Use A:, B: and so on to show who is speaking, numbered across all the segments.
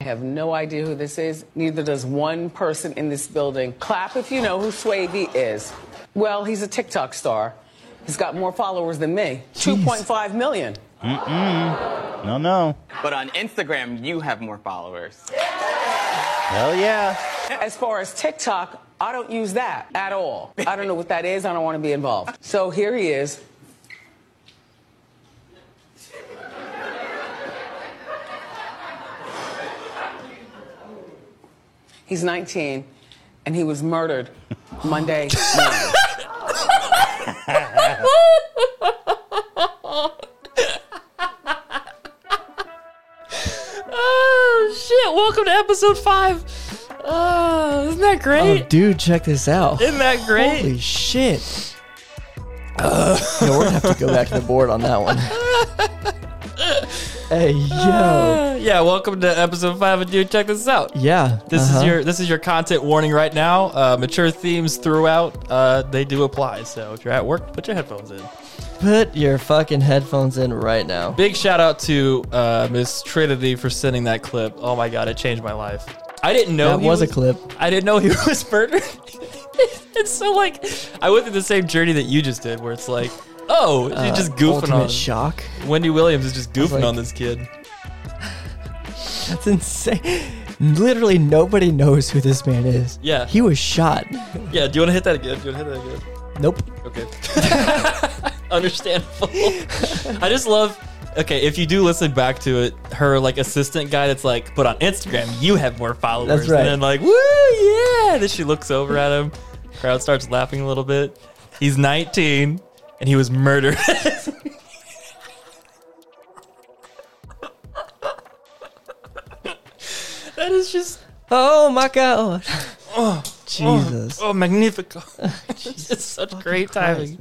A: I have no idea who this is. Neither does one person in this building. Clap if you know who Swavey is. Well, he's a TikTok star. He's got more followers than me. 2.5 million.
B: No, no.
C: But on Instagram, you have more followers.
B: Hell yeah.
A: As far as TikTok, I don't use that at all. I don't know what that is. I don't want to be involved. So here he is. He's 19, and he was murdered Monday. morning.
D: Oh shit! Welcome to episode five. Oh, isn't that
E: Oh,
D: great?
E: dude, check this out.
D: Isn't that great?
E: Oh, Holy shit. no, we're gonna have to go back to the board on that one. hey, yo.
D: Uh, yeah, welcome to episode five of Dude. Check this out.
E: Yeah.
D: This is
E: uh-huh.
D: your this is your content warning right now. Uh, mature themes throughout. Uh, they do apply. So if you're at work, put your headphones in.
E: Put your fucking headphones in right now.
D: Big shout out to uh, Miss Trinity for sending that clip. Oh my god, it changed my life. I didn't know
E: That
D: he
E: was a clip.
D: I didn't know he was murdered. it's so like I went through the same journey that you just did, where it's like, oh, you're
E: Uh,
D: just goofing
E: ultimate
D: on.
E: shock.
D: Wendy Williams is just goofing
E: like-
D: on this kid.
E: That's insane. Literally nobody knows who this man is.
D: Yeah.
E: He was shot.
D: Yeah, do you want to hit that again? Do you want to hit that
E: Nope.
D: again? Okay. Understandable. I just love. Okay, if you do listen back to it, her like assistant guy that's like, but on Instagram you have more followers.
E: That's right.
D: And then like, woo, yeah. Then she looks over at him. Crowd starts laughing a little bit. He's 19, and he was murdered. that is just
E: Oh my god. Jesus.
D: Oh, magnifico! it's such great timing.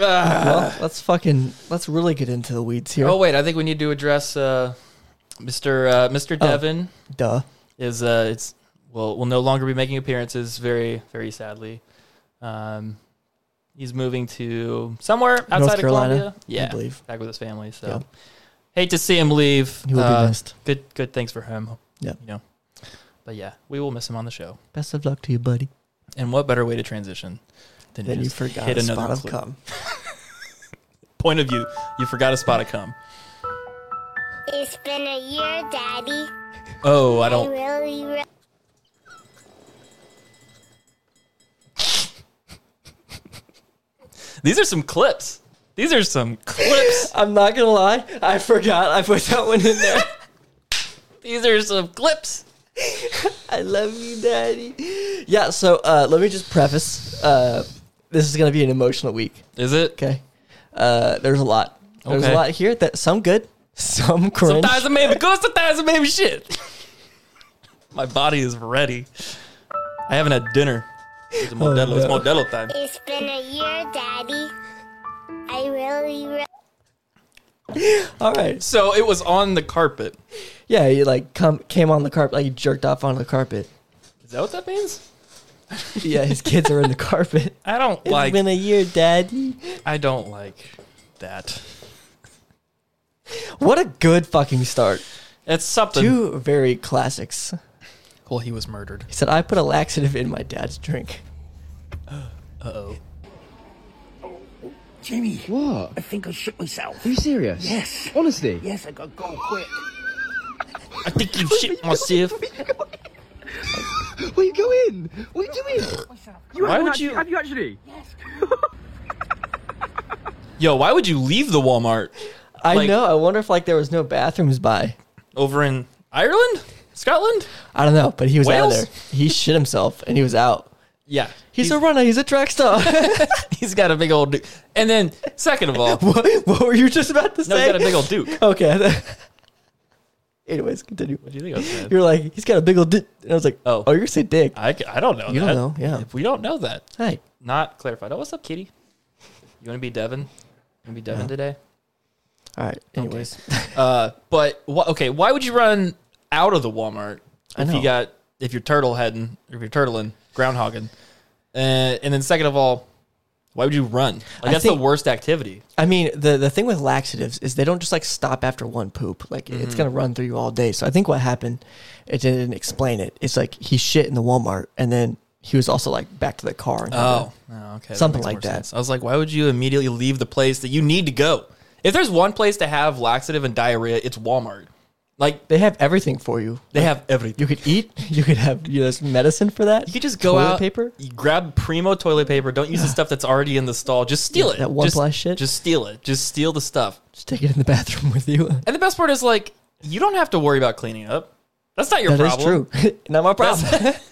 D: Ah.
E: Well, let's fucking let's really get into the weeds here.
D: Oh wait, I think we need to address uh, Mr. Uh,
E: Oh.
D: Mr. Devon
E: Duh.
D: is uh, it's well will no longer be making appearances. Very very sadly, um, he's moving to somewhere outside of
E: Carolina,
D: Columbia.
E: I
D: Yeah,
E: believe.
D: back with his family. So
E: Yeah.
D: hate to see him leave. Uh,
E: He will be missed.
D: Good good things for him.
E: Yeah.
D: you know, but yeah, we will miss him on the show.
E: Best of luck to you, buddy.
D: And what better way to transition than
E: Then
D: to
E: you
D: just
E: forgot
D: hit
E: a
D: another
E: spot of
D: clip.
E: cum.
D: point of view, you forgot a spot of cum.
F: It's been a year, Daddy.
D: Oh, I
F: I
D: don't.
F: really, really.
D: These are some clips. These are some clips.
E: I'm not gonna lie, I forgot I put that one in there.
D: These are some clips.
E: I love you, Daddy. Yeah, so uh, let me just preface. Uh, this is gonna be an emotional week.
D: Is it?
E: Okay. Uh, there's a lot. There's
D: Okay.
E: a lot here that some good, some cringe.
D: Sometimes it may be good, sometimes it may be shit. My body is ready. I haven't had dinner. It's Modelo. It's
E: Oh, no.
D: Modelo time.
F: It's been a year, Daddy. I really, really.
E: All right.
D: So it was on the carpet.
E: Yeah, you like come came on the carpet, like you jerked off on the carpet.
D: Is that what that means?
E: Yeah, his kids are in the carpet.
D: I don't
E: It's
D: like.
E: been a year, Daddy.
D: I don't like that.
E: What a good fucking start.
D: It's something.
E: Two very classics.
D: Well, he was murdered.
E: He said, I put a laxative in my dad's drink.
D: Uh oh.
G: Jimmy.
H: What?
G: I think I shit myself.
H: Are you serious?
G: Yes.
H: Honestly?
G: Yes, I gotta go quick.
D: I think you shit myself.
H: Where are you going? What are you doing?
D: Why would you?
H: you actually?
D: Yo, why would you leave the Walmart?
E: I
D: Like-
E: know. I wonder if like there was no bathrooms by.
D: over in Ireland, Scotland.
E: I don't know, but he was out
D: Wales?
E: of there. He shit himself and he was out.
D: Yeah,
E: He's, a runner. He's a track star.
D: he's got a big old. Duke. And then second of all, no,
E: what, what were you just about to
D: he's
E: say?
D: got a big old Duke. What
E: Okay. Anyways, continue.
D: do you think I said?
E: You're like he's got a big old dick. And I was like,
D: Oh.
E: oh, you're gonna say dick?
D: I, c- I don't know.
E: You don't
D: that.
E: know, yeah.
D: we don't know that.
E: Hey,
D: Not clarified. Oh, what's up, Kitty? You want to be Devin? You want to be Devin today?
E: all right. Anyways,
D: Uh, but wh- okay, why would you run out of the Walmart
E: I
D: if you
E: know.
D: got if you're turtle heading, if you're turtling, groundhogging, uh, and then second of all, Why would you run? Like that's
E: think-
D: the worst activity.
E: I mean, the the thing with laxatives is they don't just like stop after one poop. Like
D: Mm-hmm.
E: it's gonna run through you all day. So I think what happened, it didn't explain it. It's like he shit in the Walmart and then he was also like back to the car. And
D: Oh, oh, okay.
E: Something
D: makes
E: like
D: more
E: that.
D: I was like, why would you immediately leave the place that you need to go? If there's one place to have laxative and diarrhea, it's Walmart. Like
E: they have everything for you.
D: they have everything.
E: You could eat. You could have you know, there's medicine for that.
D: You could just go
E: Toilet
D: out,
E: paper.
D: You grab Primo toilet paper. Don't use the stuff that's already in the stall. Just steal
E: Yeah,
D: it.
E: that one
D: just,
E: ply shit.
D: Just steal it. Just steal the stuff.
E: Just take it in the bathroom with you.
D: And the best part is like you don't have to worry about cleaning up. That's not your
E: That is
D: problem.
E: true. Not my problem.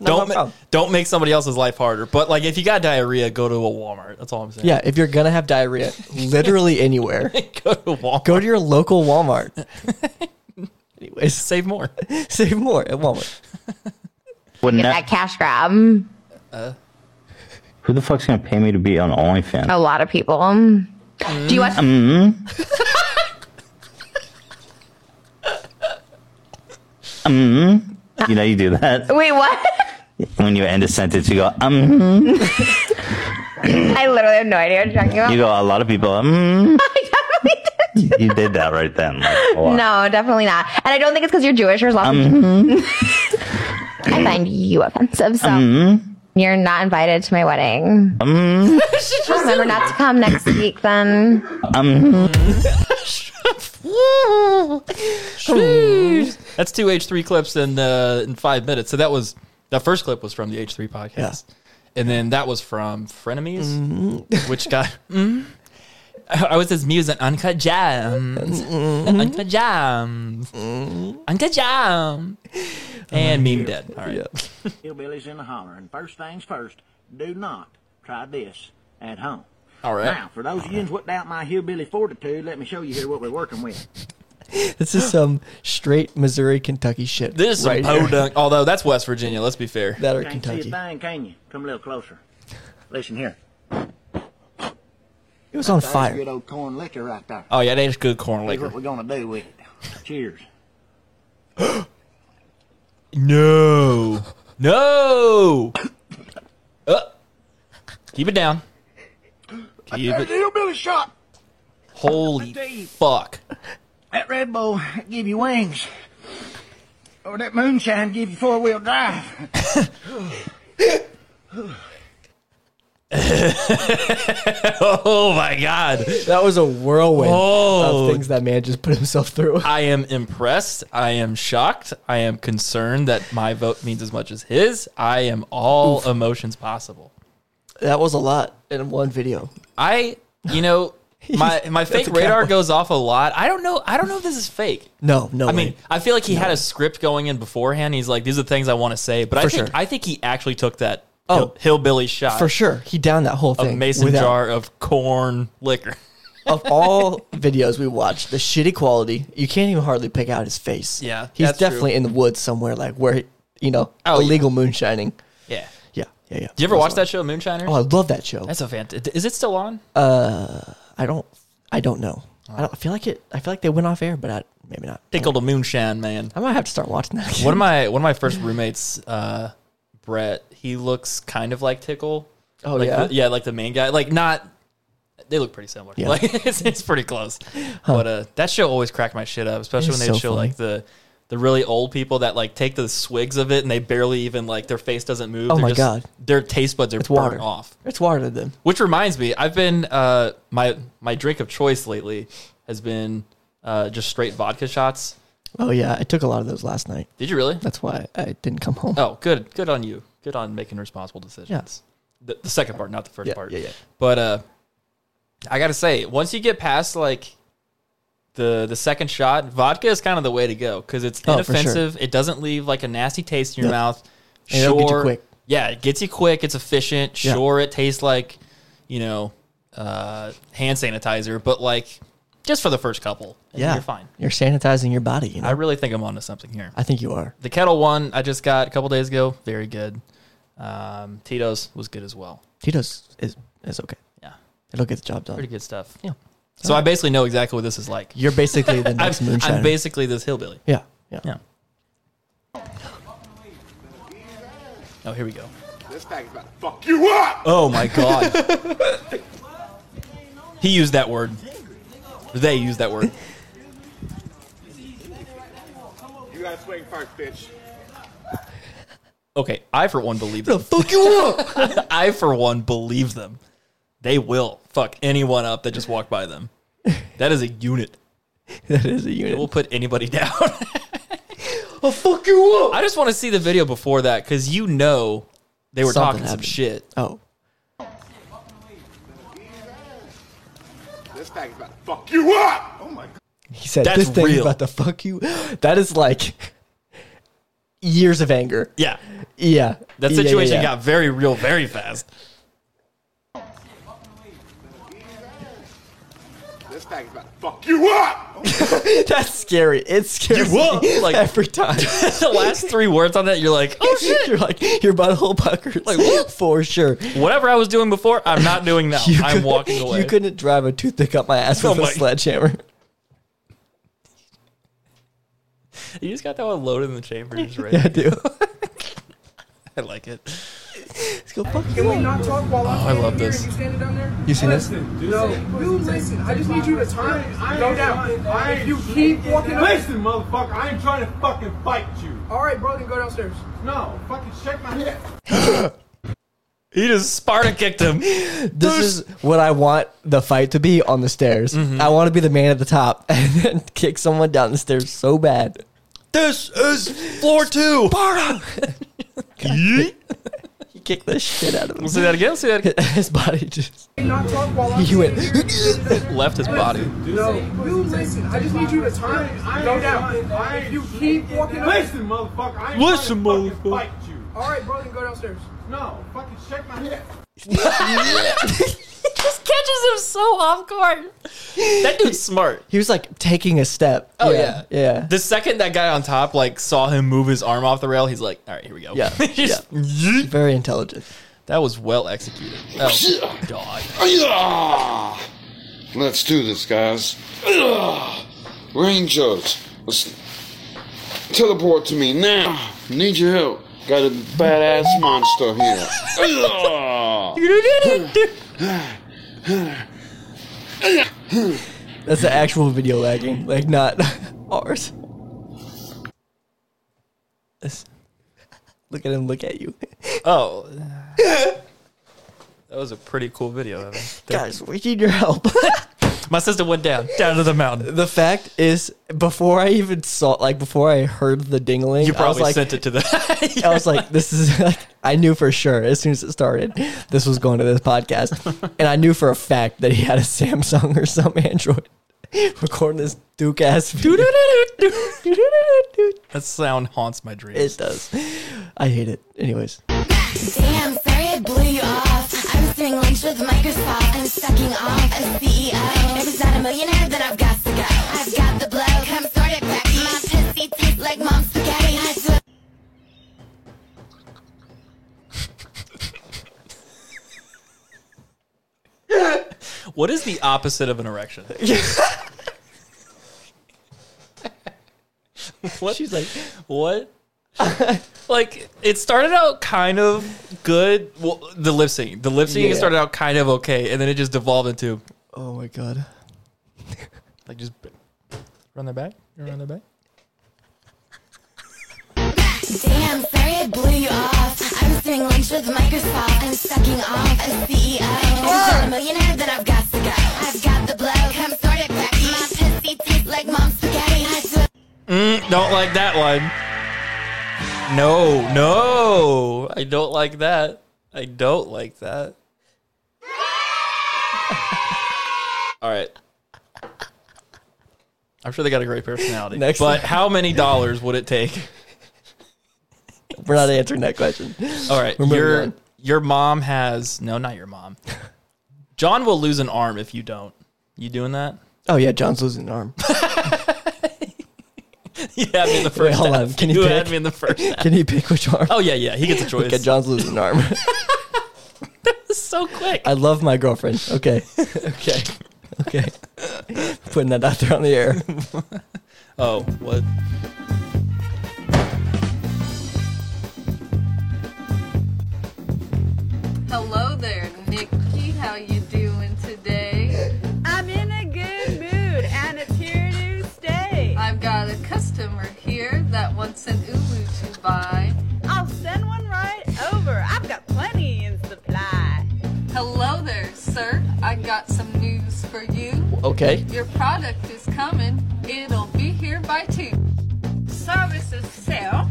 E: Not
D: Don't
E: my
D: ma-
E: problem.
D: don't make somebody else's life harder. But like if you got diarrhea, go to a Walmart. That's all I'm saying.
E: Yeah, if you're gonna have diarrhea, literally anywhere,
D: go to Walmart.
E: go to your local Walmart. Anyways,
D: save more.
E: save more at Walmart.
B: Wouldn't
I: That
B: that,
I: cash grab.
B: who the fuck's gonna pay me to be on OnlyFans?
I: A lot of people. Do you watch?
B: You know, you do that
I: Wait, what?
B: when you end a sentence. You go, um,
I: I literally have no idea what you're talking about.
B: you go. A lot of people, um, you did that right then. like, a lot.
I: No, definitely not. And I don't think it's because you're Jewish. There's lots of I find you offensive, so you're not invited to my wedding. Remember not to come next week, then.
D: That's two H3 clips in uh, in five minutes. So that was that first clip was from the H3 podcast, and then that was from Frenemies,
E: Mm-hmm.
D: which got. mm-hmm. I I was his muse on Uncut Gems,
E: Mm-hmm.
D: Uncut Gems, Uncut Gems, and Meme Dead. All right.
G: Hillbillies in the hollering. First things first, do not try this at home.
D: All right.
G: Now, for those of you who doubt my hillbilly fortitude, let me show you here what we're working with.
E: This is some straight Missouri, Kentucky shit.
D: This is
E: right
D: some
E: here.
D: podunk, although that's West Virginia. Let's be fair.
E: that are
G: Can't see a
E: Kentucky.
G: thing, can you? Come a little closer. Listen here.
E: It was on
G: That's
E: fire.
G: good old corn liquor right there.
D: Oh yeah, that's good corn
G: Here's
D: liquor.
G: what we're gonna do with it. Cheers.
D: No. No. Uh, keep it down. Keep it.
G: Hillbilly shot.
D: Holy fuck.
G: That Red Bull give you wings. Or that moonshine give you four wheel drive.
D: Oh my god.
E: That was a whirlwind
D: Oh.
E: of things that man just put himself through.
D: I am impressed. I am shocked. I am concerned that my vote means as much as his. I am all emotions possible.
E: That was a lot in one video.
D: I, you know, my my fake
E: a
D: radar
E: cowboy.
D: goes off a lot. I don't know. I don't know if this is fake.
E: No, no.
D: I mean, I feel like he had a script going in beforehand. He's like, these are the things I want to say, but I
E: For
D: think
E: sure.
D: I think he actually took that
E: Oh.
D: hill, hillbilly shot
E: for sure, he downed that whole
D: of
E: thing.
D: mason
E: without-
D: jar of corn liquor.
E: of all videos we watched, the shitty quality, you can't even hardly pick out his face.
D: Yeah,
E: He's
D: that's
E: definitely in the woods somewhere, like where, he- you know,
D: Oh, yeah.
E: illegal moonshining.
D: Yeah.
E: Yeah, yeah, yeah.
D: Do you ever watch that show, Moonshiners?
E: Oh, I love that show.
D: That's a fantastic. Is it still on?
E: I don't, I don't know. I, don't, I feel like it, I feel like they went off air, but I, maybe not.
D: Pickled a moonshine, man.
E: I might have to start watching that. Again.
D: One of my one of my first roommates, uh, Brett. He looks kind of like Tickle.
E: Oh,
D: like
E: yeah?
D: the, yeah, like the main guy. Like not. They look pretty similar.
E: Yeah.
D: Like it's, it's pretty close. But uh, that show always cracked my shit up, especially
E: It's
D: when they would
E: so
D: show
E: funny.
D: like the the really old people that like take the swigs of it and they barely even like their face doesn't move.
E: Oh
D: They're
E: my
D: just-
E: God.
D: their taste buds are
E: it's water.
D: burnt off.
E: It's water to them.
D: Which reminds me, I've been uh, my my drink of choice lately has been uh, just straight vodka shots.
E: Oh yeah, I took a lot of those last night.
D: Did you really?
E: That's why I didn't come home.
D: Oh, good. Good on you. Good on making responsible decisions.
E: Yes.
D: The, the second part, not the first
E: Yeah,
D: part.
E: yeah, yeah.
D: But uh, I gotta say, once you get past like the the second shot, vodka is kind of the way to go because it's
E: Oh, for sure.
D: inoffensive. It doesn't leave like a nasty taste in your
E: Yeah.
D: mouth.
E: And it'll get you
D: Sure.
E: quick.
D: Yeah, it gets you quick. It's efficient.
E: Yeah.
D: Sure, it tastes like you know uh, hand sanitizer, but like just for the first couple, and
E: yeah,
D: you're fine.
E: You're sanitizing your body. You know,
D: I
E: I,
D: really think I'm onto something here.
E: think you are.
D: The kettle one I just got a couple days ago, very good. Um, Tito's was good as well.
E: Tito's is is okay.
D: Yeah,
E: It'll get the job done.
D: pretty good stuff. Yeah. So I basically know exactly what this is like.
E: You're basically the
D: I'm,
E: next
D: I'm
E: moonshiner.
D: basically this hillbilly.
E: yeah, yeah,
D: Yeah. Oh, here we go.
H: This fag is about to fuck you up.
D: Oh my god. he used that word. They used that word.
H: You gotta swing first, bitch.
D: Okay, I for one believe
E: The
D: them.
E: fuck you up.
D: I for one believe them. They will fuck anyone up that just walked by them. That is a unit.
E: that is a
D: It will
E: unit.
D: put anybody down.
E: I'll fuck you up.
D: I just want to see the video before that because you know they were
E: Something
D: talking
E: happened.
D: some shit.
E: Oh,
H: This fag is about to fuck you up. Oh my god.
E: he said
D: That's
E: this thing's
D: real.
E: about to fuck you. That is like years of anger.
D: Yeah,
E: Yeah,
D: that
E: Yeah, yeah,
D: situation
E: yeah.
D: got very real very fast.
H: This fag is about to fuck you up.
E: That's scary. It's scary.
D: You will, like-
E: every time.
D: the last three words on that, you're like, oh shit.
E: You're like your butthole puckers.
D: Like, what?
E: for sure.
D: Whatever I was doing before, I'm not doing now.
E: You
D: I'm
E: couldn't-
D: walking away.
E: You couldn't drive a toothpick up my ass
D: Oh
E: with a
D: my-
E: sledgehammer.
D: You just got that one loaded in the chamber. Just ready.
E: Yeah, I do.
D: I like it.
E: Let's go fuck you. up.
J: not talk while I'm
D: I love this.
J: standing down there?
E: You seen this?
J: No, you listen. I just need you to turn. Go down. If you keep walking up.
H: Listen, motherfucker, I ain't trying to fucking fight you.
J: All right, bro, then go downstairs.
H: No, fucking shake my head.
D: He just Sparta kicked him.
E: This is what I want the fight to be on the stairs.
D: Mm-hmm.
E: I want to be the man at the top and then kick someone down the stairs so bad.
D: This is floor two. Sparta.
E: He kicked the shit out of him.
D: See that again. See that again.
E: His body just.
J: Not talk while I'm
E: He went.
J: standing
D: Left his body.
J: No, you listen. I just need you to turn. Go down. If you keep walking up.
H: Listen, motherfucker, I ain't
D: Listen, motherfucker.
H: trying to fucking fight you.
J: All right, bro, then go downstairs.
H: No, fucking shake my head.
D: Just catches him so off guard. That dude's smart.
E: He was like taking a step.
D: Oh yeah.
E: yeah.
D: The second that guy on top like saw him move his arm off the rail, he's like, "All right, here we go."
E: Yeah,
D: Just-
E: Very intelligent.
D: That was well executed. Oh god.
K: Let's do this, guys. Rangers, let's teleport to me now. Need your help. Got a badass monster here.
E: That's the actual video lagging, like not ours. This- Look at him. Look at you,
D: Oh. That was a pretty cool video. Evan.
E: guys. We need your help.
D: My sister went down, down to the mountain.
E: the fact is, before I even saw, like, before I heard the dingling,
D: You
E: I was
D: probably
E: like,
D: sent it to the.
E: I was like, this is like, I knew for sure as soon as it started, this was going to this podcast. and I knew for a fact that he had a Samsung or some Android recording this Duke ass video.
D: that sound haunts my dreams.
E: it does. I hate it. Anyways,
F: Damn, sorry I blew you off. I was doing lunch with Microsoft and sucking off a CEO. If it's not a millionaire, then I've got to go. I've got the blow. Come start it back. My pussy tastes like mom's spaghetti. I swear-
D: What is the opposite of an erection? what?
E: she's like,
D: what? like it started out kind of good. Well, the lip syncing, the lip syncing
E: Yeah.
D: started out kind of okay, and then it just devolved into
E: oh my God.
D: like just run that back, run that back.
F: Damn, sorry I blew you off. I was doing lunch with Microsoft and sucking off a CEO. If it's not a millionaire, then I've got to go. I've got the blow. Come start it back. My pussy tastes like mom's spaghetti. I swear-
D: Don't like that one. No, no, I don't like that. I don't like that. All right. I'm sure they got a great personality.
E: Next.
D: but how many dollars would it take?
E: We're not answering that question.
D: All right,
E: moving
D: your
E: on.
D: your mom has no, not your mom. John will lose an arm if you don't. You doing that?
E: Oh yeah, John's losing an arm.
D: You had me in the first
E: hold
D: half.
E: on, can you
D: you had
E: pick?
D: me in the first half.
E: Can he pick which arm?
D: Oh yeah, yeah, he gets a choice.
E: okay, John's losing an arm.
D: so quick.
E: I love my girlfriend. Okay, okay, okay. Putting that out there on the air.
D: Oh, what?
L: wants an ulu to buy, I'll send one right over. I've got plenty in supply. Hello there, sir. I got some news for you.
E: Okay.
L: Your product is coming. It'll be here by two. Service is sell.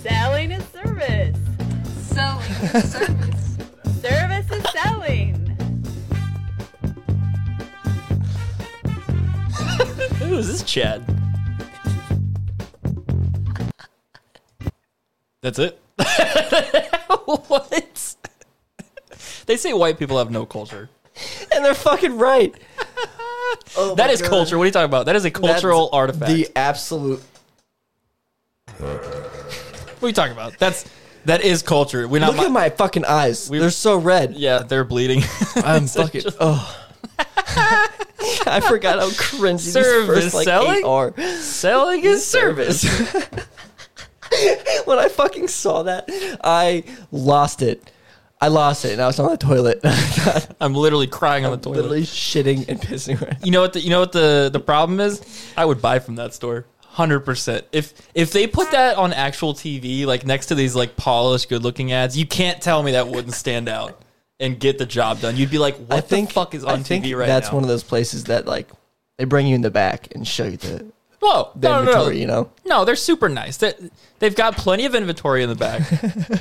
L: Selling is service. Selling is service. service is selling.
D: Who is this Chad? That's it. what? They say white people have no culture.
E: And they're fucking right.
D: that is culture. What are you talking about? That is a cultural
E: Oh That's
D: artifact.
E: The absolute.
D: what are you talking about? That's that is culture. We
E: Look at my fucking eyes. They're so red.
D: Yeah, they're bleeding.
E: I'm fucking. Oh. I forgot how cringy these
D: Service
E: first like
D: selling?
E: eight are.
D: Selling is service.
E: when I fucking saw that, I lost it. I lost it, and I was on the toilet.
D: I'm literally crying on the toilet.
E: Literally shitting and pissing. Right.
D: You know what? The, you know what the the problem is? I would buy from that store. Hundred percent. If if they put that on actual TV, like next to these like polished, good looking ads, you can't tell me that wouldn't stand out and get the job done. You'd be like, what the fuck is on
E: I think
D: TV right
E: that's
D: now?
E: one of those places that like they bring you in the back and show you the
D: Whoa,
E: the
D: no, no, no.
E: inventory. You know,
D: No, they're super nice. They, they've got plenty of inventory in the back.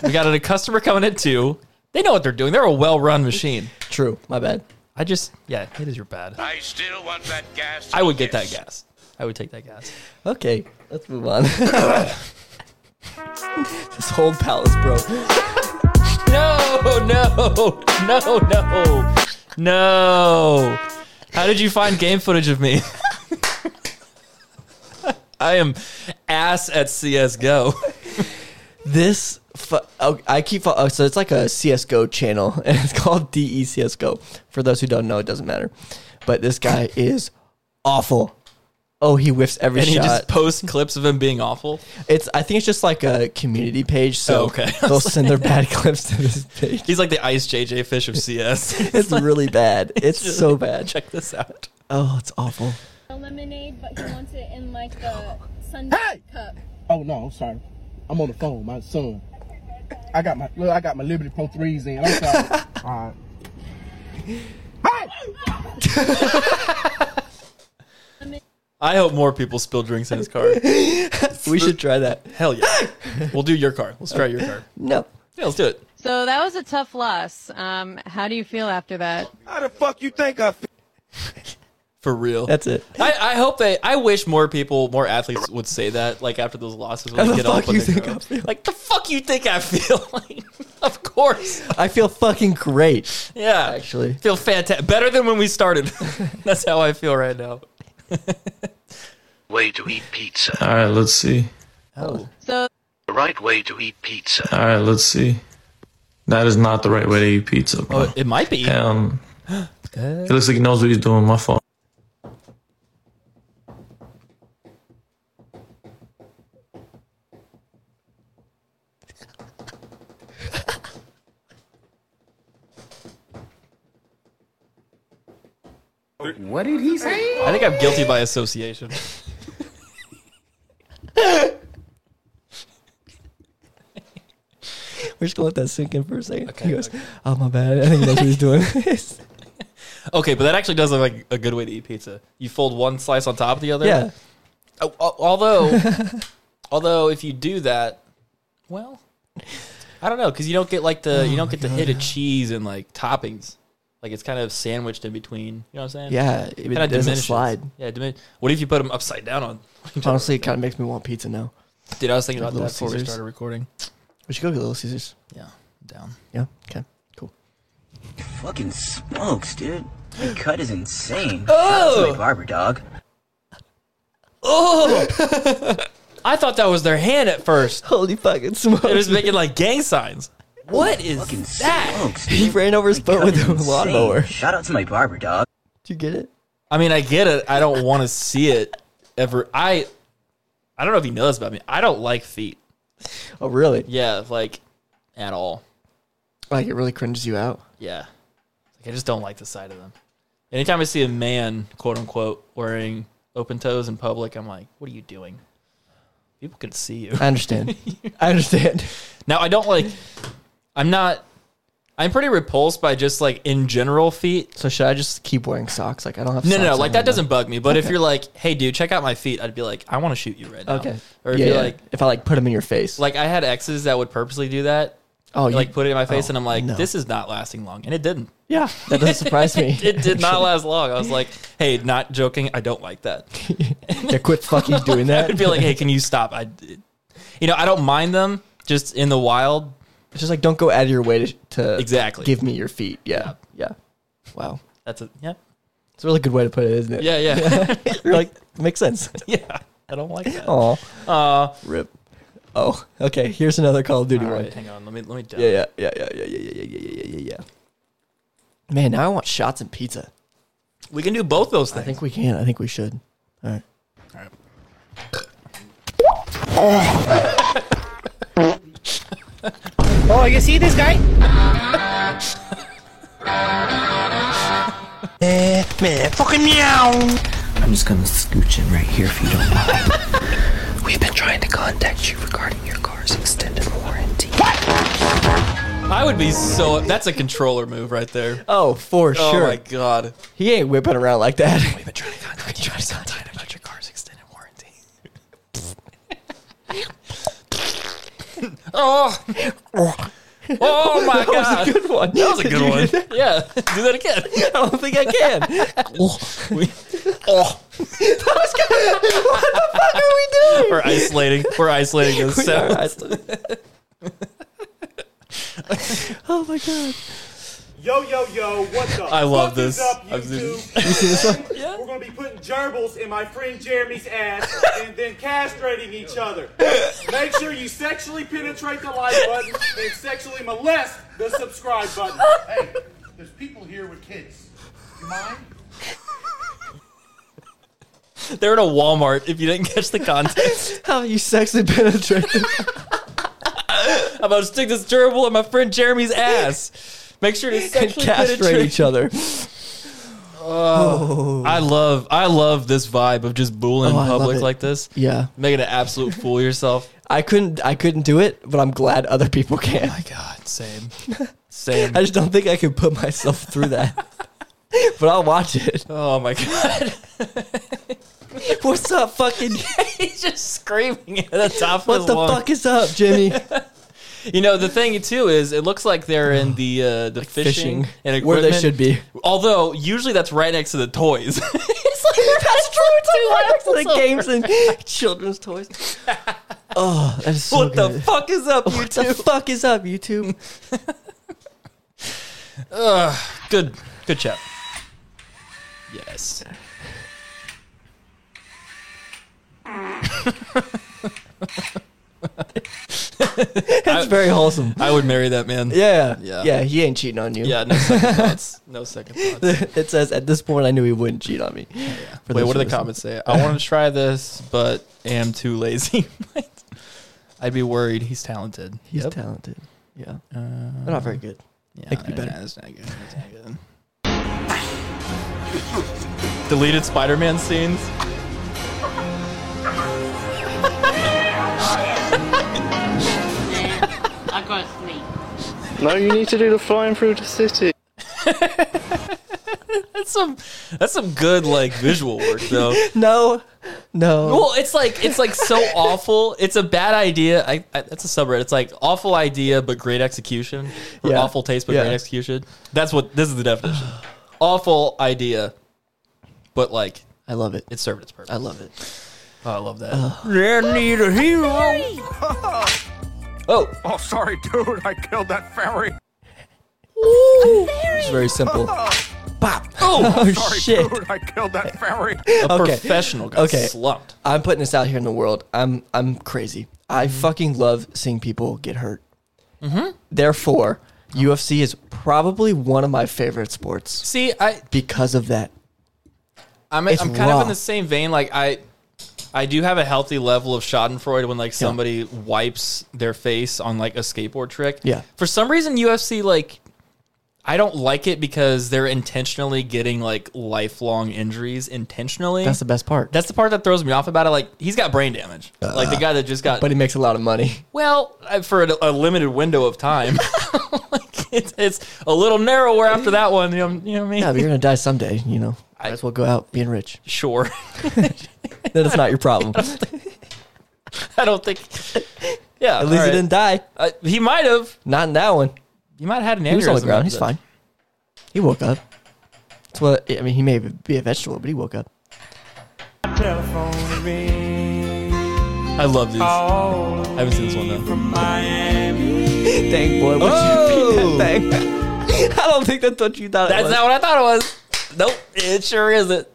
D: we got a customer coming in too. They know what they're doing. They're a well run machine.
E: True. My bad.
D: I just, yeah, it is your bad.
M: I still want that gas.
D: I would get that gas. I would take that gas.
E: Okay, let's move on. this whole palace, bro.
D: No, no, no, no, no. How did you find game footage of me? I am ass at CS:GO.
E: This fu- oh, I keep fo- oh, so it's like a CS:GO channel, and it's called E DECS:GO. For those who don't know, it doesn't matter. But this guy is awful. Oh, he whiffs every
D: and he
E: shot.
D: just posts clips of him being awful.
E: it's I think it's just like a community page, so
D: Oh, okay.
E: they'll send their bad clips to this page.
D: He's like the Ice JJ Fish of CS.
E: It's really bad. It's so bad.
D: Check this out.
E: Oh, it's awful.
N: lemonade, but he wants it in like the sundae cup.
J: Oh no, I'm sorry. I'm on the phone, my son. I got my look, I got my Liberty Pro threes in. I'm sorry. All right.
D: I hope more people spill drinks in his car. we
E: should try that.
D: Hell yeah. We'll do your car. Let's try your car.
E: No.
D: Yeah, let's do it.
O: So that was a tough loss. Um, how do you feel after that?
M: How the fuck you think I? Feel?
D: For real.
E: That's it.
D: I, I hope they. I wish more people, more athletes would say that. Like after those losses, when they get up on their car. Like the fuck you think I feel? Like, of course.
E: I feel fucking great.
D: Yeah,
E: actually,
D: feel fantastic. Better than when we started. That's how I feel right now.
M: Way to eat pizza.
P: All right, let's see.
D: Oh.
O: So
M: The right way to eat pizza.
P: All right, let's see. That is not the right way to eat pizza. Bro.
E: Oh,
D: it might be.
P: Um, it looks like he knows what he's doing. My fault.
A: What did he say?
D: I think I'm guilty by association.
E: We're just gonna let that sink in for a second. he goes, "Oh my bad. I think that's what he's doing."
D: Okay, but that actually does look like a good way to eat pizza. You fold one slice on top of the other.
E: Yeah.
D: Al- Oh, al- Although, although if you do that, well, I don't know because you don't get like
E: Oh
D: the you don't get the hit of cheese and like toppings. Like it's kind of sandwiched in between. You know what I'm saying?
E: Yeah, it
D: Kinda
E: doesn't
D: diminishes.
E: slide.
D: Yeah, dimin- what if you put them upside down on?
E: Honestly, it kind of makes me want pizza now.
D: Dude, I was thinking
E: Like
D: about that
E: Little
D: before we
E: Caesars.
D: started recording.
E: We should go to Little Caesars.
D: Yeah, down.
E: Yeah. Okay. Cool.
Q: Fucking smokes, dude. That cut is insane.
D: Oh!
Q: That's my barber dog.
D: Oh, I thought that was their hand at first.
E: Holy fucking smoke!
D: It was making like gang signs. What is that?
E: He ran over his boat with a lawnmower.
Q: Shout out to my barber dog.
E: Do you get it?
D: I mean, I get it. I don't want to see it ever. I I don't know if you know this about me. I don't like feet.
E: Oh, really?
D: Yeah, like at all.
E: Like it really cringes you out.
D: Yeah. Like I just don't like the sight of them. Anytime I see a man, quote unquote, wearing open toes in public, I'm like, what are you doing? People can see you.
E: I understand. I understand.
D: Now I don't like. I'm not. I'm pretty repulsed by just like in general feet.
E: So should I just keep wearing socks? Like I don't have
D: No,
E: socks
D: no, no,
E: on
D: like
E: right
D: that doesn't
E: now.
D: bug me. But if
E: Okay.
D: you're like, hey, dude, check out my feet, I'd be like, I want to shoot you right now.
E: okay,
D: Or if
E: yeah,
D: you're
E: yeah.
D: like,
E: if I like put them in your face,
D: like I had exes that would purposely do that.
E: Oh,
D: They,
E: you-
D: like put it in my face,
E: oh,
D: and I'm like,
E: no.
D: this is not lasting long, and it didn't.
E: Yeah, that doesn't surprise me.
D: it did not last long. I was like, hey, not joking. I don't like that.
E: yeah, quit fucking doing that.
D: I'd be like, hey, can you stop? I, you know, I don't mind them just in the wild.
E: It's just like don't go out of your way to, to
D: Exactly.
E: give me your feet. Yeah, yeah. Wow,
D: That's a yeah,
E: it's a really good way to put it, isn't it?
D: yeah, yeah.
E: You're like makes sense.
D: yeah. I don't like that.
E: Oh,
D: Uh,
E: rip. Oh, okay. Here's another Call of Duty
D: all
E: one.
D: right, hang on. Let me let me. dial
E: Yeah, yeah, yeah, yeah, yeah, yeah, yeah, yeah, yeah, yeah, yeah, yeah. Man, now I want shots and pizza.
D: We can do both those
E: things. I think we can. I think we should. All right.
R: Oh, you see this guy?
Q: Eh, man, fucking meow. I'm just gonna scooch in right here if you don't mind. We've been trying to contact you regarding your car's extended warranty.
D: I would be so. That's a controller move right there.
E: Oh, for
D: Oh
E: sure.
D: my god.
E: He ain't whipping around like that. We've
Q: been trying to contact you for some time about your car's extended warranty.
D: Oh. Oh my god.
E: That was a good one.
D: That was a
E: Did
D: good
E: you
D: one.
E: do that?
D: Yeah. Do that again. I
E: don't think I can.
D: We- oh.
E: that was good. What the fuck are we doing?
D: We're isolating. We're isolating this.
E: We
D: sound.
E: are oh my god.
H: Yo, yo, yo, what the
D: I love
H: fuck
D: this.
H: is up,
D: I've seen-
H: YouTube?
D: You see this one?
H: We're gonna be putting gerbils in my friend Jeremy's ass and then castrating each other. Make sure you sexually penetrate the like button and sexually molest the subscribe button. Hey, there's people here with kids. You mind?
D: They're in a Walmart. If you didn't catch the context,
E: how you sexually penetrated.
D: I'm about to stick this gerbil in my friend Jeremy's ass. Make sure to
E: And
D: sexually
E: castrate
D: penetrate
E: each other.
D: Oh, I love, I love this vibe of just booling
E: Oh, I
D: in
E: love
D: public
E: it.
D: like this.
E: Yeah.
D: making an absolute fool of yourself.
E: I couldn't. I couldn't do it, but I'm glad other people can.
D: Oh my God, same, same.
E: I just don't think I could put myself through that. but I'll watch it.
D: Oh my god.
E: What's up, fucking?
D: He's just screaming at the top of
E: What
D: his
E: the
D: lungs.
E: fuck is up, Jimmy?
D: You know the thing too is it looks like they're in the uh, the fishing,
E: fishing,
D: and equipment.
E: where they should be.
D: Although usually that's right next to the toys.
E: it's like you're past
D: true
E: the games and children's toys. Oh, that is so
D: what the
E: good.
D: fuck is up,
E: What the
D: YouTube?
E: fuck is up, YouTube?
D: Ugh, good, good chat. Yes.
E: That's very wholesome.
D: I would marry that man.
E: Yeah,
D: Yeah.
E: yeah, He ain't cheating on you.
D: Yeah, no second thoughts. No second thoughts.
E: it says at this point I knew he wouldn't cheat on me. For
D: Wait,
E: those
D: what do
E: who
D: the
E: listen.
D: comments say? I want to try this, but am too lazy. I'd be worried. He's talented.
E: He's
D: Yep.
E: talented. Yeah,
D: Uh,
E: they're not very good.
D: Yeah,
E: They could be better.
D: That's not good. That's not good. Deleted Spider-Man scenes.
S: I gotta sleep.
T: No, you need to do the flying through the city.
D: That's some. That's some good like visual work though.
E: No, no.
D: Well, it's like it's like so awful. It's a bad idea. I, I that's a subreddit. It's like awful idea but great execution. Or
E: Yeah.
D: awful taste but
E: Yeah.
D: great execution. That's what this is the definition. awful idea, but like
E: I love it.
D: It served its purpose.
E: I love it.
D: Oh, I love that.
U: There need a hero.
E: oh.
U: Oh, sorry, dude. I killed that fairy.
E: It's very simple. Bop.
U: Oh,
E: Oh,
U: sorry,
E: shit.
U: dude. I killed that fairy.
D: slumped.
E: I'm putting this out here in the world. I'm I'm crazy. I fucking love seeing people get hurt.
D: Mhm.
E: Therefore, UFC is probably one of my favorite sports.
D: See, I
E: because of that.
D: I'm,
E: It's
D: I'm kind of
E: raw.
D: in the same vein. Like I, I do have a healthy level of Schadenfreude when like somebody wipes their face on like a skateboard trick.
E: Yeah.
D: For some reason, UFC like I don't like it because they're intentionally getting like lifelong injuries intentionally.
E: That's the best part. Uh,
D: That's the part that throws me off about it. Like he's got brain damage. like the guy that just got
E: But he makes a lot of money.
D: well uh, for a, a limited window of time. like it's, it's a little narrower after that one. You know, you know what I mean?
E: Yeah, but you're gonna die someday. You know, might as well go out being rich.
D: Sure.
E: then it's not your problem.
D: I don't think. Yeah,
E: At least
D: all
E: he
D: right.
E: didn't die.
D: Uh, he might have.
E: Not in that one.
D: You might have had an
E: He was on the
D: aneurysm
E: ground.
D: after
E: He's
D: that.
E: fine. He woke up. That's what I mean. He may be a vegetable, but he woke up.
D: I love these. I haven't seen this one though.
E: Dang boy, what you beat that thing? I don't think that's what you
D: Oh!
E: thought.
D: That's
E: it was.
D: not what I thought it was. Nope, it sure isn't.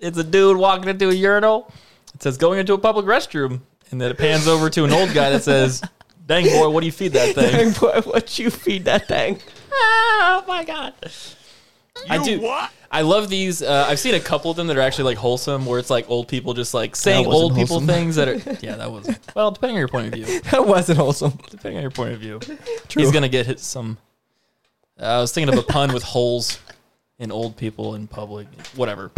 D: It's a dude walking into a urinal. It says going into a public restroom, and then it pans over to an old guy that says, "Dang boy, what do you feed that thing?"
E: Dang boy, what you feed that thing?
D: Oh my god. I do.
E: what?
D: I love these. Uh, I've seen a couple of them that are actually like wholesome, where it's like old people just like saying
E: wasn't
D: old people
E: wholesome.
D: things that are. Yeah, that was. Well, depending on your point of view.
E: That wasn't wholesome.
D: Depending on your point of view. He's gonna get hit some. Uh, I was thinking of a pun with holes in old people in public. Whatever.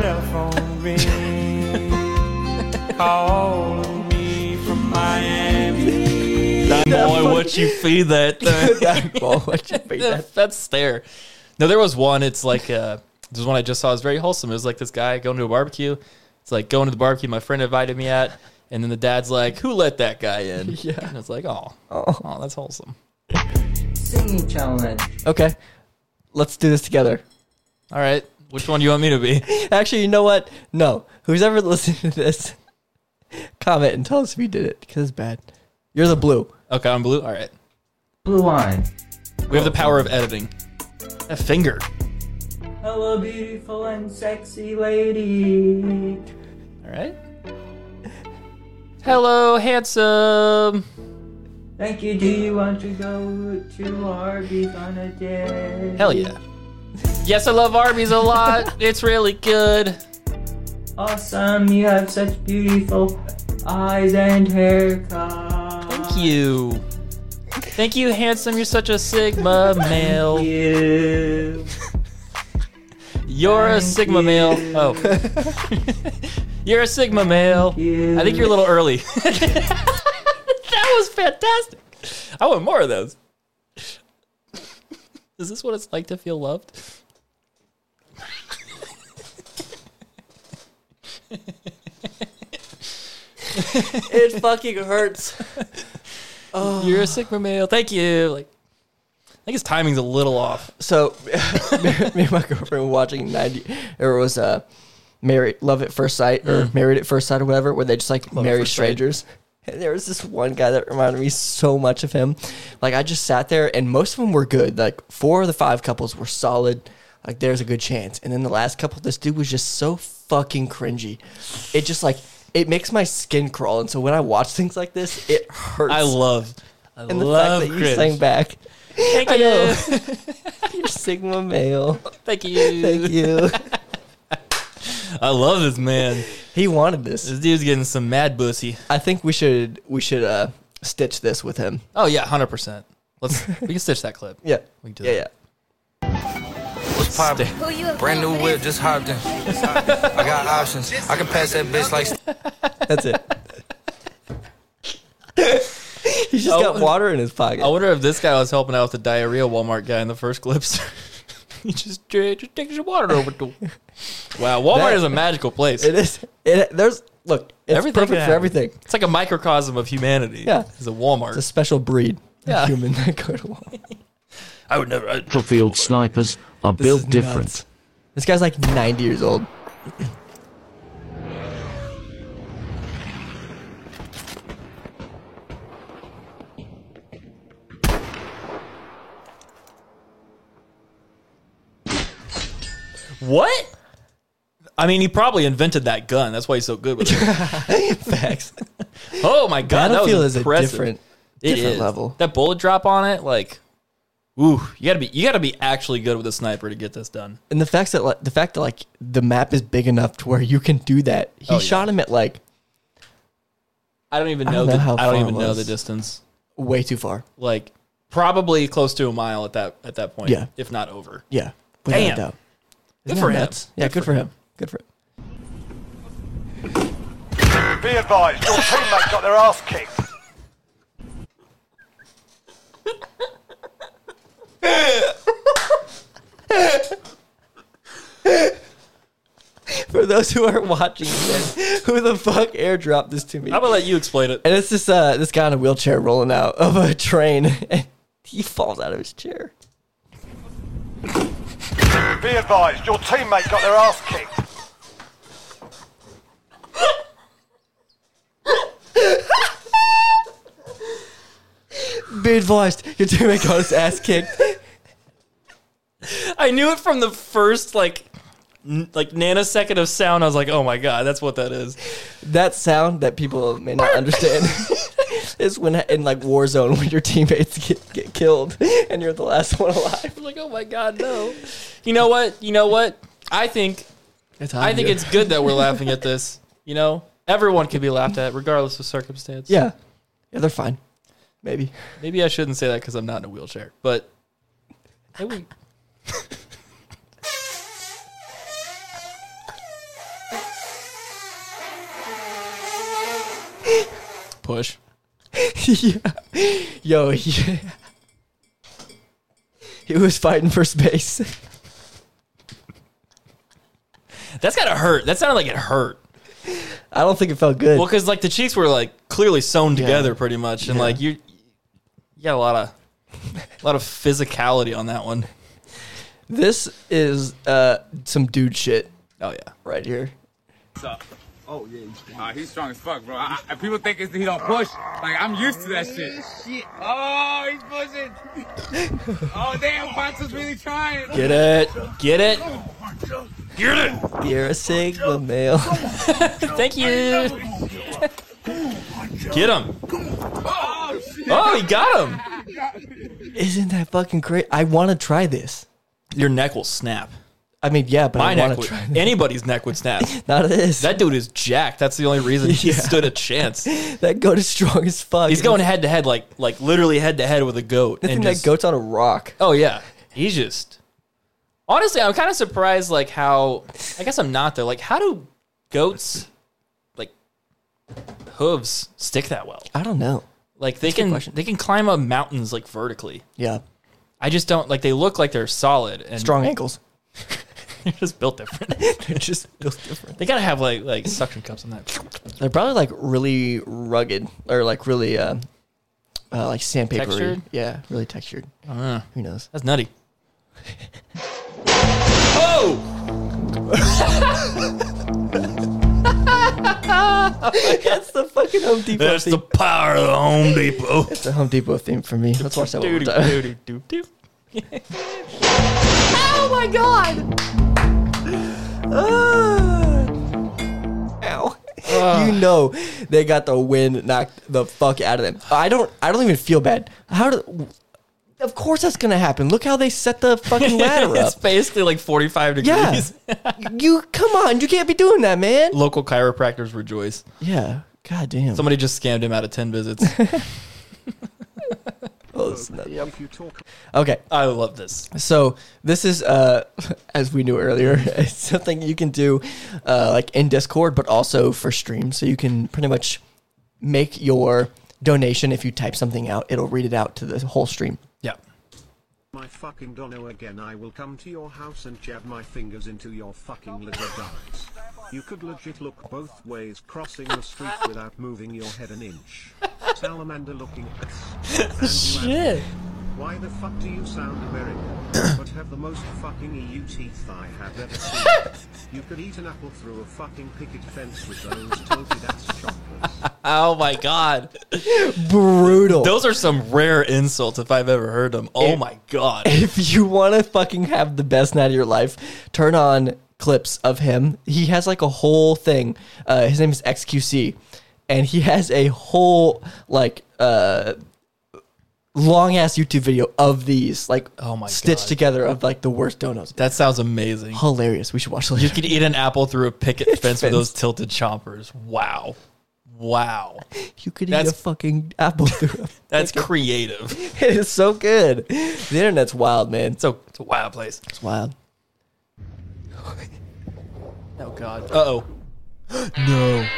D: That boy, what you feed that thing?
E: boy, what you feed that?
D: That's there. No, there was one. It's like uh, there's one I just saw. It was very wholesome. It was like this guy going to a barbecue. It's like going to the barbecue my friend invited me at, and then the dad's like, "Who let that guy in?" Yeah, and it's like, "Oh, oh, that's wholesome."
Q: Singing challenge.
E: Okay, let's do this together.
D: All right, which one do you want me to be?
E: Actually, you know what? No. Who's ever listening to this, comment and tell us if you did it because it's bad. You're the blue.
D: Okay, I'm blue. All right,
Q: Blue wine.
D: we have the power of editing. A finger.
Q: Hello, beautiful and sexy lady.
D: All right. Hello, handsome.
Q: Thank you. Do you want to go to Arby's on a date?
D: Hell yeah. Yes, I love Arby's a lot. It's really good.
Q: Awesome. You have such beautiful eyes and haircut.
D: Thank you. Thank you, handsome. You're such a Sigma male.
Q: you.
D: You're a Sigma male. Oh. you're a Sigma male. I think you're a little early. that was fantastic. I want more of those. Is this what it's like to feel loved?
E: it fucking hurts.
D: You're a Sigma male. Thank you. Like, I think his timing's a little off.
E: So, me and my girlfriend were watching 90, or it was uh, Married, Love at First Sight, or
D: Mm.
E: Married at First Sight, or whatever, where they just like
D: Love at
E: marry
D: First Sight.
E: strangers. And there was this one guy that reminded me so much of him. Like, I just sat there, and most of them were good. Like, four of the five couples were solid. Like, there's a good chance. And then the last couple, this dude was just so fucking cringy. It just like, it makes my skin crawl. And so when I watch things like this, it hurts.
D: I love. I
E: and the
D: love
E: fact that you
D: cringe.
E: sang back.
D: Thank
E: I know.
D: you.
E: You're Sigma male.
D: Thank you.
E: Thank you.
D: I love this man.
E: He wanted this.
D: This dude's getting some mad bussy.
E: I think we should we should uh stitch this with him.
D: Oh yeah, hundred percent. Let's we can stitch that clip.
E: Yeah.
D: we can do
E: Yeah,
D: that.
E: yeah.
M: What's poppin'? Brand new whip, just hopped in. I got options. I can pass that bitch like.
E: That's it. He's
D: Oh.
E: just got water in his pocket.
D: I wonder if this guy was helping out with the diarrhea Walmart guy in the first clips. he just, just takes your water over to. Wow, Walmart
E: That-
D: is a magical place.
E: It is. It there's look. It's
D: Everything can
E: perfect for
D: happen.
E: everything.
D: It's like a microcosm of humanity.
E: Yeah.
D: it's a Walmart.
E: It's a special breed. of
D: Yeah.
E: Human that go to Walmart.
D: I would never. I,
R: Battlefield snipers are
E: This is
R: built different.
E: nuts. This guy's like 90 years old.
D: what? I mean, he probably invented that gun. That's why he's so good with it.
E: Facts.
D: oh my god, that was
E: Battlefield is a
D: impressive.
E: different-
D: It
E: different
D: is.
E: level.
D: That bullet drop on it, like, ooh, you gotta be, you gotta be actually good with a sniper to get this done.
E: And the fact that like, the fact that like the map is big enough to where you can do that. He
D: Oh, yeah.
E: shot him at like
D: I don't even
E: I
D: know.
E: don't
D: the,
E: know how
D: I don't
E: far
D: even
E: it
D: know
E: was.
D: the distance.
E: way too far.
D: Like probably close to a mile at that at that point,
E: Yeah.
D: if not over.
E: Yeah. without a
D: Damn.
E: doubt.
D: Good
E: Isn't
D: for
E: that
D: him.
E: nuts? Yeah, good, for him. Good for him.
R: Be advised, your teammate got their ass kicked.
E: For those who aren't watching, this, who the fuck airdropped this to me? I'm
D: gonna let you explain it.
E: And it's this uh, this guy in a wheelchair rolling out of a train, and he falls out of his chair.
R: Be advised, your teammate got their ass kicked.
E: Be advised, your teammate got his ass kicked.
D: I knew it from the first like n- like nanosecond of sound. I was like, oh my god, that's what that is.
E: That sound that people may not understand is when in like war zone when your teammates get, get killed and you're the last one alive.
D: I'm like, oh my god, no. You know what? You know what? I think
E: It's
D: I think
E: obvious.
D: it's good that we're laughing at this. You know, everyone can be laughed at regardless of circumstance.
E: Yeah, yeah, they're fine. Maybe.
D: Maybe I shouldn't say that because I'm not in a wheelchair, but I would- push.
E: yeah. Yo, yeah. he was fighting for space.
D: That's gotta hurt. That sounded like it hurt.
E: I don't think it felt good.
D: Well, because like the cheeks were like clearly sewn together pretty much, and
E: Yeah.
D: like you, you got a lot of, a lot of physicality on that one.
E: This is uh some dude shit.
D: Oh yeah,
E: right here.
S: What's up? Oh yeah, he's strong. he's strong as fuck, bro. I, I, people think it's, he don't push. Like I'm used to that shit. Oh, he's pushing. oh damn, Ponzo's really trying.
E: Get it. Get it.
S: Get it.
E: You're a Sigma male.
D: Thank you. Get him. Oh, he got him.
E: Isn't that fucking great? I want to try this.
D: Your neck will snap.
E: I mean, yeah, but
D: My
E: I
D: neck
E: want to
D: would,
E: try.
D: anybody's neck would snap.
E: Not his.
D: That dude is jacked. That's the only reason he stood a chance.
E: That goat is strong as fuck.
D: He's going head to head, like like literally head to head with a goat.
E: I
D: and
E: think
D: just-
E: that goat's on a rock.
D: Oh yeah, he's just. Honestly, I'm kind of surprised, like how I guess I'm not though. Like, how do goats, like, hooves stick that well?
E: I don't know.
D: Like they
E: That's a good
D: can
E: question.
D: they can climb up mountains like vertically.
E: Yeah.
D: I just don't like they look like they're solid and
E: Strong ankles.
D: they're just built different.
E: they're just built different.
D: They gotta have like like suction cups on that.
E: They're probably like really rugged or like really uh, uh like sandpaper.
D: Textured?
E: Yeah, really textured.
D: Uh,
E: Who knows?
D: That's nutty. Oh!
E: That's the fucking Home Depot.
Q: That's
E: theme.
Q: the power of the Home Depot.
E: It's the Home Depot theme for me. Let's watch that one more time.
Q: Oh my god! Ah.
E: Ow. you know they got the wind knocked the fuck out of them. I don't. I don't even feel bad. How do? Of course that's gonna happen. Look how they set the fucking ladder
D: it's
E: up.
D: basically like 45
E: Yeah.
D: degrees.
E: you come on. You can't be doing that, man.
D: Local chiropractors rejoice.
E: Yeah. God damn.
D: Somebody just scammed him out of 10 visits.
E: Okay.
D: I love this.
E: So this is, uh, as we knew earlier, it's something you can do uh, like in Discord, but also for stream. So you can pretty much make your donation if you type something out. It'll read it out to the whole stream.
D: Yeah.
V: My fucking dono again. I will come to your house and jab my fingers into your fucking liver guys. You could legit look both ways crossing the street without moving your head an inch. Salamander looking ass. And you
E: Shit.
V: Why the fuck do you sound American, but have the most fucking E EU teeth I have ever seen? you could eat an apple through a fucking picket fence with those tilted ass choppers.
D: Oh my god.
E: Brutal.
D: Those are some rare insults if I've ever heard them. Oh
E: If-
D: my god.
E: If you want to fucking have the best night of your life, turn on clips of him. He has like a whole thing. Uh, his name is XQC, and he has a whole like uh, long ass YouTube video of these like oh my stitched together of like the worst donuts.
D: That sounds amazing.
E: Hilarious. We should watch it later.
D: You could eat an apple through a picket fence with
E: Fence.
D: those tilted chompers. Wow. Wow.
E: You could eat
D: That's-
E: a fucking apple through. a-
D: That's creative.
E: it is so good. The internet's wild, man.
D: So it's a wild place.
E: It's wild.
D: Oh God. Uh oh. no.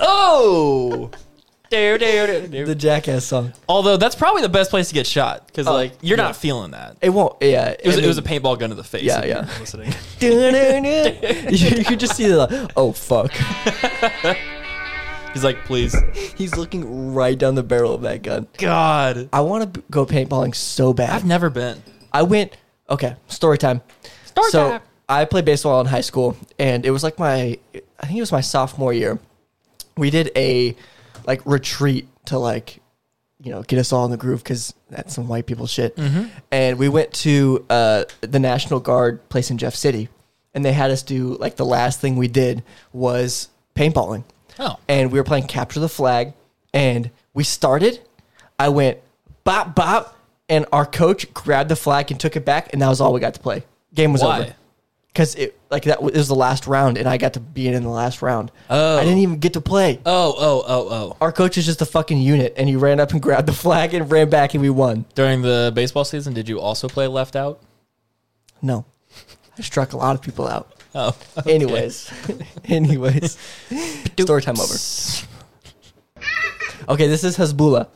D: oh. Dare, dare, dare, dare.
E: The jackass song.
D: Although that's probably the best place to get shot because
E: Oh,
D: like you're
E: yeah.
D: not feeling that.
E: It won't. Yeah.
D: It was,
E: I
D: it was a
E: mean-
D: paintball gun to the face.
E: Yeah,
D: if
E: yeah.
D: you're listening.
E: Dun-dun-dun. you, you could just see the like, oh fuck.
D: He's like, please.
E: He's looking right down the barrel of that gun.
D: God.
E: I want to go paintballing so bad. I've
D: never been.
E: I went. Okay, story time. Story so, time. I played baseball in high school, and it was like my, I think it was my sophomore year. We did a like retreat to like, you know, get us all in the groove because that's some white people shit.
D: Mm-hmm.
Q: Mhm.
E: And we went to uh, the National Guard place in Jeff City, and they had us do like the last thing we did was paintballing.
D: Oh.
E: And we were playing capture the flag, and we started. I went bop bop, and our coach grabbed the flag and took it back, and that was all we got to play. Game was
D: Why?
E: over because it like that w- it was the last round, and I got to be in in the last round. Oh, I didn't even get to play.
D: Oh, oh, oh, oh.
E: Our coach is just a fucking unit, and he ran up and grabbed the flag and ran back, and we won.
D: During the baseball season, did you also play left out?
E: No, I struck a lot of people out.
D: Oh,
E: anyways, anyways, story time over. Okay, this is Hezbollah.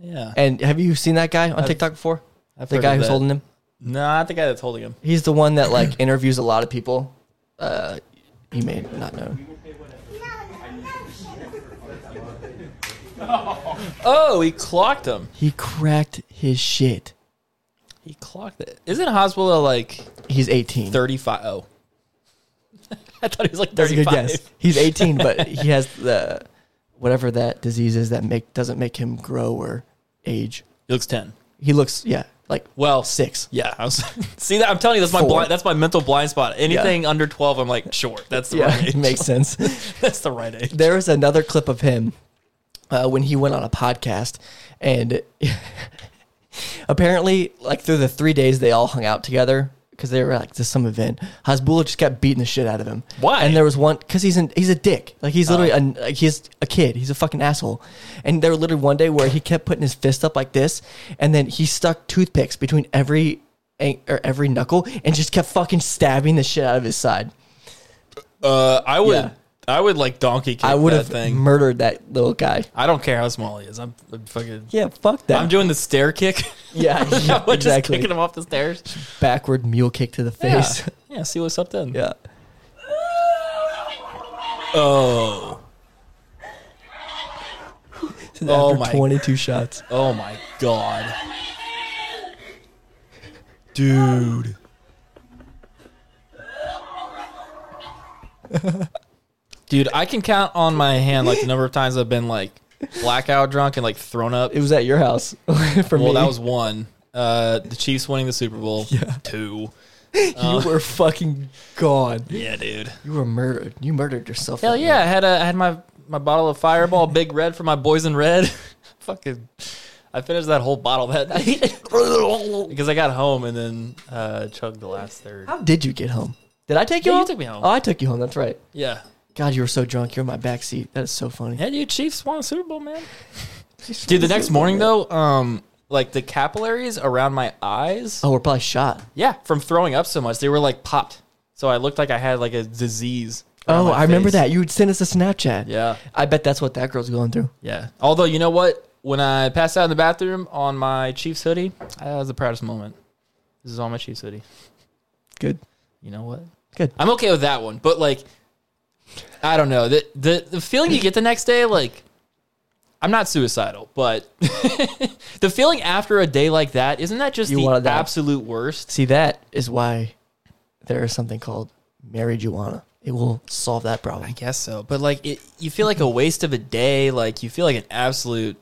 D: Yeah.
E: And have you seen that guy on
D: I've-
E: TikTok before?
D: I've
E: the
D: heard
E: guy
D: of
E: who's
D: that.
E: holding him.
D: No, not the guy that's holding him.
E: He's the one that like interviews a lot of people. Uh, you may not know.
D: Oh, he clocked him.
E: He cracked his shit.
D: He clocked it. Isn't Hasbulla like
E: he's eighteen?
D: Thirty-five. Oh, I thought he was like
E: That's a
D: thirty-five.
E: good guess. He's 18, but he has the whatever that disease is that make doesn't make him grow or age.
D: He looks ten.
E: He looks yeah, like
D: well
E: six.
D: Yeah, I was, see that I'm telling you that's my
E: Four.
D: blind, that's my mental blind spot. Anything under twelve, I'm like sure that's the
E: Yeah,
D: right age.
E: makes sense.
D: that's the right age.
E: There was another clip of him uh, when he went on a podcast, and apparently, like through the three days they all hung out together because they were like to some event. Hasbullah just kept beating the shit out of him. Why? And there was one because he's an, he's a dick. Like he's
D: Oh.
E: literally an, like he's a kid. He's a fucking asshole. And there was literally one day where he kept putting his fist up like this, and then he stuck toothpicks between every an- or every knuckle and just kept fucking stabbing the shit out of his side.
D: Uh, I would
E: Yeah.
D: I would like donkey kick
E: I would
D: that
E: have
D: thing.
E: murdered that little guy.
D: I don't care how small he is. I'm, I'm fucking
E: Yeah, fuck that.
D: I'm doing the stair kick.
E: Yeah,
D: I'm
E: yeah,
D: Just
E: exactly.
D: kicking him off the stairs.
E: backward mule kick to the face.
D: Yeah. yeah, see what's up then.
E: Yeah.
D: Oh.
E: After 22 shots.
D: Oh my god. Dude. Dude, I can count on my hand like the number of times I've been like blackout drunk and like thrown up.
E: It was at your house for
D: well,
E: me.
D: that was one. Uh, the Chiefs winning the Super Bowl. Yeah. Two. Uh,
E: you were fucking gone.
D: Yeah, dude.
E: You were murdered. You murdered yourself.
D: Hell yeah! I had a, I had my my bottle of Fireball Big Red for my boys in red. Fucking, I finished that whole bottle that night because I got home and then uh, chugged the last third.
E: How did you get home? Did I take you
D: Yeah, you
E: home?
D: took me home.
E: Oh, I took you home. That's right.
D: Yeah.
E: God, you were so drunk. You're in my backseat. That is so funny.
D: Yeah, dude. Chiefs won the Super Bowl, man. Dude, the next morning though, um, like the capillaries around my eyes,
E: Oh, we're probably shot.
D: yeah, from throwing up so much, they were like popped. So I looked like I had like a disease. around
E: Oh,
D: my
E: I remember
D: face.
E: that. You would send us a Snapchat.
D: Yeah.
E: I bet that's what that girl's going through.
D: Yeah. Although you know what, when I passed out in the bathroom on my Chiefs hoodie, that was the proudest moment. This is on my Chiefs hoodie.
E: Good.
D: You know what?
E: Good.
D: I'm okay with that one, but like, I don't know the the, the feeling you get the next day. Like, I'm not suicidal, but the feeling after a day like that isn't that just
E: You
D: the
E: wanted that.
D: absolute worst?
E: See, that is why there is something called marijuana. It will solve that problem. I
D: guess so. But like, it, you feel like a waste of a day. Like you feel like an absolute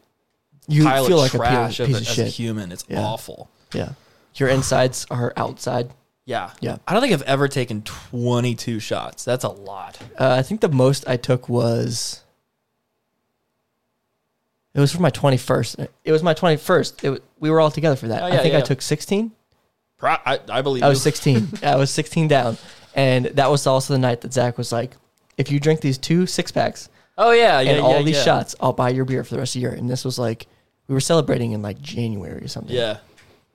E: You
D: pile
E: feel
D: of
E: like a
D: trash
E: piece
D: of
E: of
D: a- as a
E: shit.
D: human. It's
E: Yeah.
D: awful.
E: Yeah. Your insides are outside.
D: Yeah.
E: Yeah.
D: I don't think I've ever taken 22 shots. That's a lot.
E: Uh, I think the most I took was it was for my twenty first. It was my twenty first. It wa- we were all together for that.
D: Oh, yeah,
E: I think I
D: yeah.
E: took sixteen.
D: Pro- I, I believe
E: I
D: you.
E: was sixteen. I was sixteen down, and that was also the night that Zach was like, if you drink these two six packs,
D: Oh, yeah, yeah,
E: and all
D: yeah,
E: these
D: yeah.
E: shots, I'll buy your beer for the rest of the year. And this was like we were celebrating in like January or something.
D: Yeah.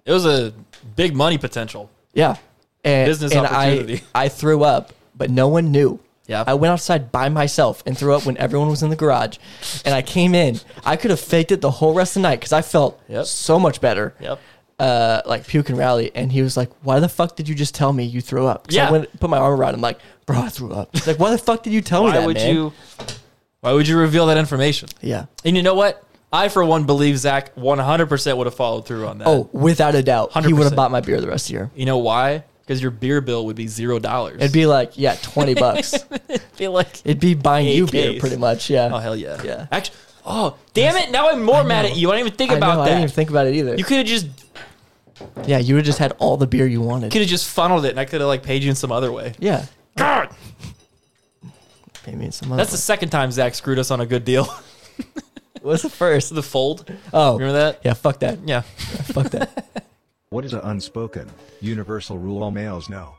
D: It was a big money potential.
E: Yeah. And,
D: Business
E: and
D: opportunity.
E: I, I threw up, but no one knew.
D: Yeah.
E: I went outside by myself and threw up when everyone was in the garage. And I came in. I could have faked it the whole rest of the night because I felt so much better.
D: Yep.
E: Uh, like puke and rally. And he was like, Why the fuck did you just tell me you threw up? 'Cause
D: Yeah.
E: I went, put my arm around him, like, Bro, I threw up. He's like, Why the fuck did you tell me
D: Why
E: that?
D: would
E: man?"
D: you Why would you reveal that information?
E: Yeah.
D: And you know what? I for one believe Zach 100% would have followed through on that.
E: Oh, without a doubt. He would
D: 100%.
E: have bought my beer the rest of the year.
D: You know why? Because your beer bill would be zero dollars.
E: It'd be like, yeah, 20 bucks.
D: be like
E: It'd be buying
D: Eight
E: you beer
D: Ks.
E: pretty much. Yeah.
D: Oh hell yeah.
E: Yeah.
D: Actually, oh damn it! Now I'm more mad at you. I didn't even think
E: I
D: about
E: know, I
D: that.
E: didn't even think about it either.
D: you could have just
E: yeah, you would have just had all the beer you wanted.
D: could have just funneled it, and I could have like paid you in some other way.
E: Yeah.
D: God,
E: I mean, some
D: that's the second time Zach screwed us on a good deal.
E: What's the first?
D: The fold.
E: Oh,
D: remember that?
E: Yeah, fuck that.
D: Yeah,
E: fuck that.
B: What is an unspoken, universal rule all males know?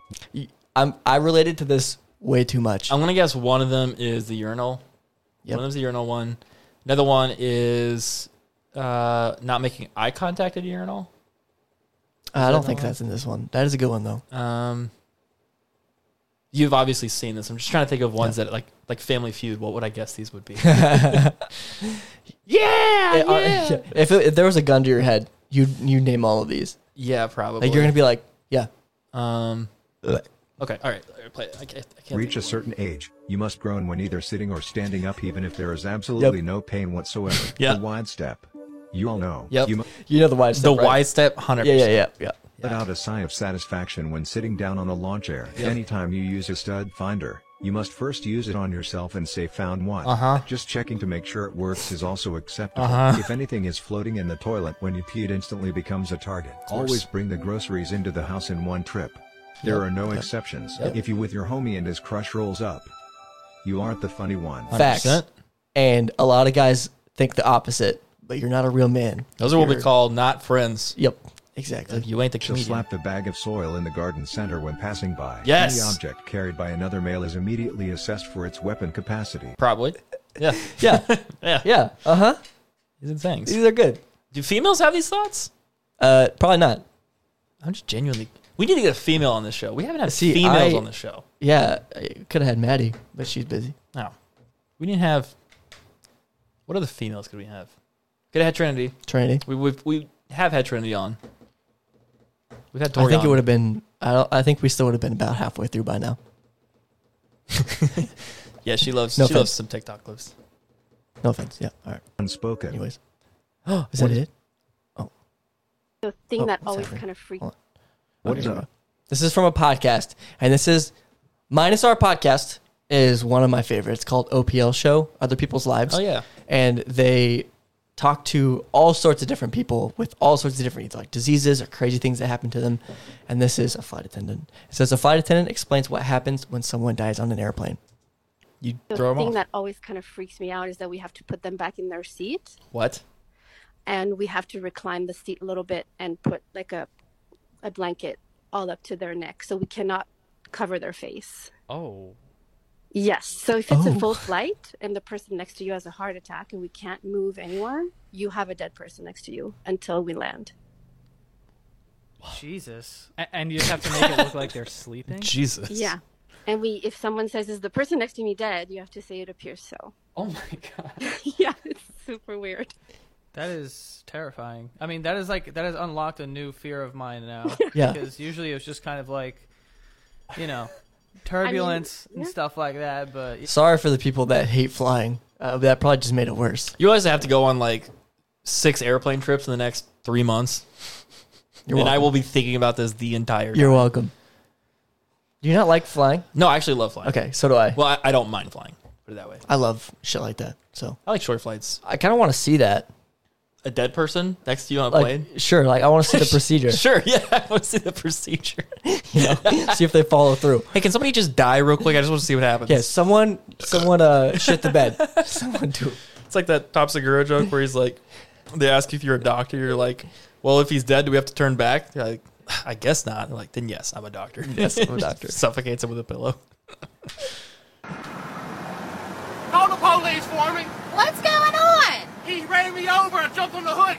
E: I'm I related to this way too much.
D: I'm gonna guess one of them is the urinal. One of them's the urinal one. Another one is uh, not making eye contact at a urinal.
E: I don't think that's in this one. That is a good one though.
D: Um, you've obviously seen this. I'm just trying to think of ones that like like Family Feud. What would I guess these would be? yeah,
E: Uh,
D: Oh,
E: uh, yeah. If, it, if there was a gun to your head, you you name all of these.
D: Yeah, probably.
E: Like you're gonna be like, yeah.
D: Um. Okay. All right. Play. it. I can't. I can't
B: Reach a certain age, you must groan when either sitting or standing up, even if there is absolutely no pain whatsoever.
D: Yeah.
B: The wide step. You all know.
D: Yep.
B: You, mu-
E: you know the wide
B: step, The right? wide
D: step, hundred.
B: Yeah, yeah,
E: yeah, yeah.
B: Let out a sigh of satisfaction when sitting down on a lawn chair.
D: Yep.
B: Anytime you use a stud finder, you must first use it on yourself and say found one.
D: Uh-huh.
B: Just checking to make sure it works is also acceptable.
D: Uh-huh.
B: If anything is floating in the toilet when you pee, it instantly becomes a target.
D: course.
B: Always bring the groceries into the house in one trip. There
D: Yep.
B: are no
D: Yep.
B: exceptions.
D: Yep.
B: If you with your homie and his crush rolls up, you aren't the funny one.
E: Facts. And a lot of guys think the opposite, but you're not a real man.
D: Those are what we
E: You're-
D: call not friends.
E: Yep. Exactly.
D: You ain't the
B: She'll
D: comedian.
B: slap the bag of soil in the garden center when passing by.
D: Yes.
B: Any object carried by another male is immediately assessed for its weapon capacity.
D: Probably. Yeah.
E: yeah.
D: yeah.
E: Yeah. Uh huh.
D: These are things.
E: These are good.
D: Do females have these thoughts?
E: Uh, probably not.
D: I'm just genuinely. We need to get a female on this show. We haven't had
E: See,
D: females
E: I-
D: on the show.
E: Yeah, could have had Maddie, but she's busy.
D: No. We didn't have. What other females could we have? Could have had Trinity.
E: Trinity.
D: We we've, we have had Trinity on. We've had Tori.
E: I think it
D: on.
E: would have been. I don't. I think we still would have been about halfway through by now.
D: Yeah, she loves.
E: No
D: she
E: offense.
D: loves some TikTok clips.
E: No offense. Yeah. All right.
B: Unspoken.
E: Anyways. Oh, is that it?
C: The thing
E: Oh,
C: that
E: what's
C: always
E: happening?
C: kind of freaks.
E: Hold on.
B: What
E: Okay,
B: is
E: here we
B: that?
E: go. This is from a podcast, and this is minus our podcast is one of my favorites called OPL Show, Other People's Lives.
D: Oh, yeah.
E: and they talk to all sorts of different people with all sorts of different like diseases or crazy things that happen to them. And this is a flight attendant. It says a flight attendant explains what happens when someone dies on an airplane. You
C: The
E: throw them
C: thing
E: off.
C: that always kind of freaks me out is that we have to put them back in their seat
D: What?
C: and we have to recline the seat a little bit and put like a a blanket all up to their neck so we cannot cover their face.
D: Oh.
C: Yes. So if it's
D: Oh.
C: a full flight and the person next to you has a heart attack and we can't move anyone, you have a dead person next to you until we land.
W: Jesus. A- and you have to make it look like they're sleeping?
D: Jesus.
C: Yeah. And we if someone says is the person next to me dead, you have to say it appears so.
W: Oh my god.
C: yeah, it's super weird.
W: That is terrifying. I mean, that is like that has unlocked a new fear of mine now.
E: Yeah.
W: Because usually it's just kind of like, you know, turbulence and
C: yeah.
W: stuff like that. But
E: Sorry for the people that hate flying. Uh, that probably just made it worse.
D: You realize I have to go on like six airplane trips in the next three months.
E: You're
D: and I
E: welcome.
D: will be thinking about this the entire
E: You're
D: time.
E: welcome. Do you not like flying?
D: No, I actually love flying.
E: Okay, so do I.
D: Well, I, I don't mind flying. Put it that way.
E: I love shit like that. So
D: I like short flights.
E: I kind of want to see that.
D: A dead person next to you on a
E: Like,
D: plane.
E: sure, like I want to see the procedure.
D: Sure, yeah, I want to see the procedure.
E: you know, see if they follow through.
D: Hey, can somebody just die real quick? I just want to see what happens.
E: Yeah, someone, someone, uh, shit the bed. Someone do.
D: It's like that Top Segura joke where he's like, they ask you if you're a doctor. You're like, well, if he's dead, do we have to turn back? They're like, I guess not. They're like, then yes, I'm a doctor.
E: Yes, I'm a doctor.
D: Suffocates him with a pillow.
G: police for me.
L: What's going on?
G: He ran me over. I jumped on the hood.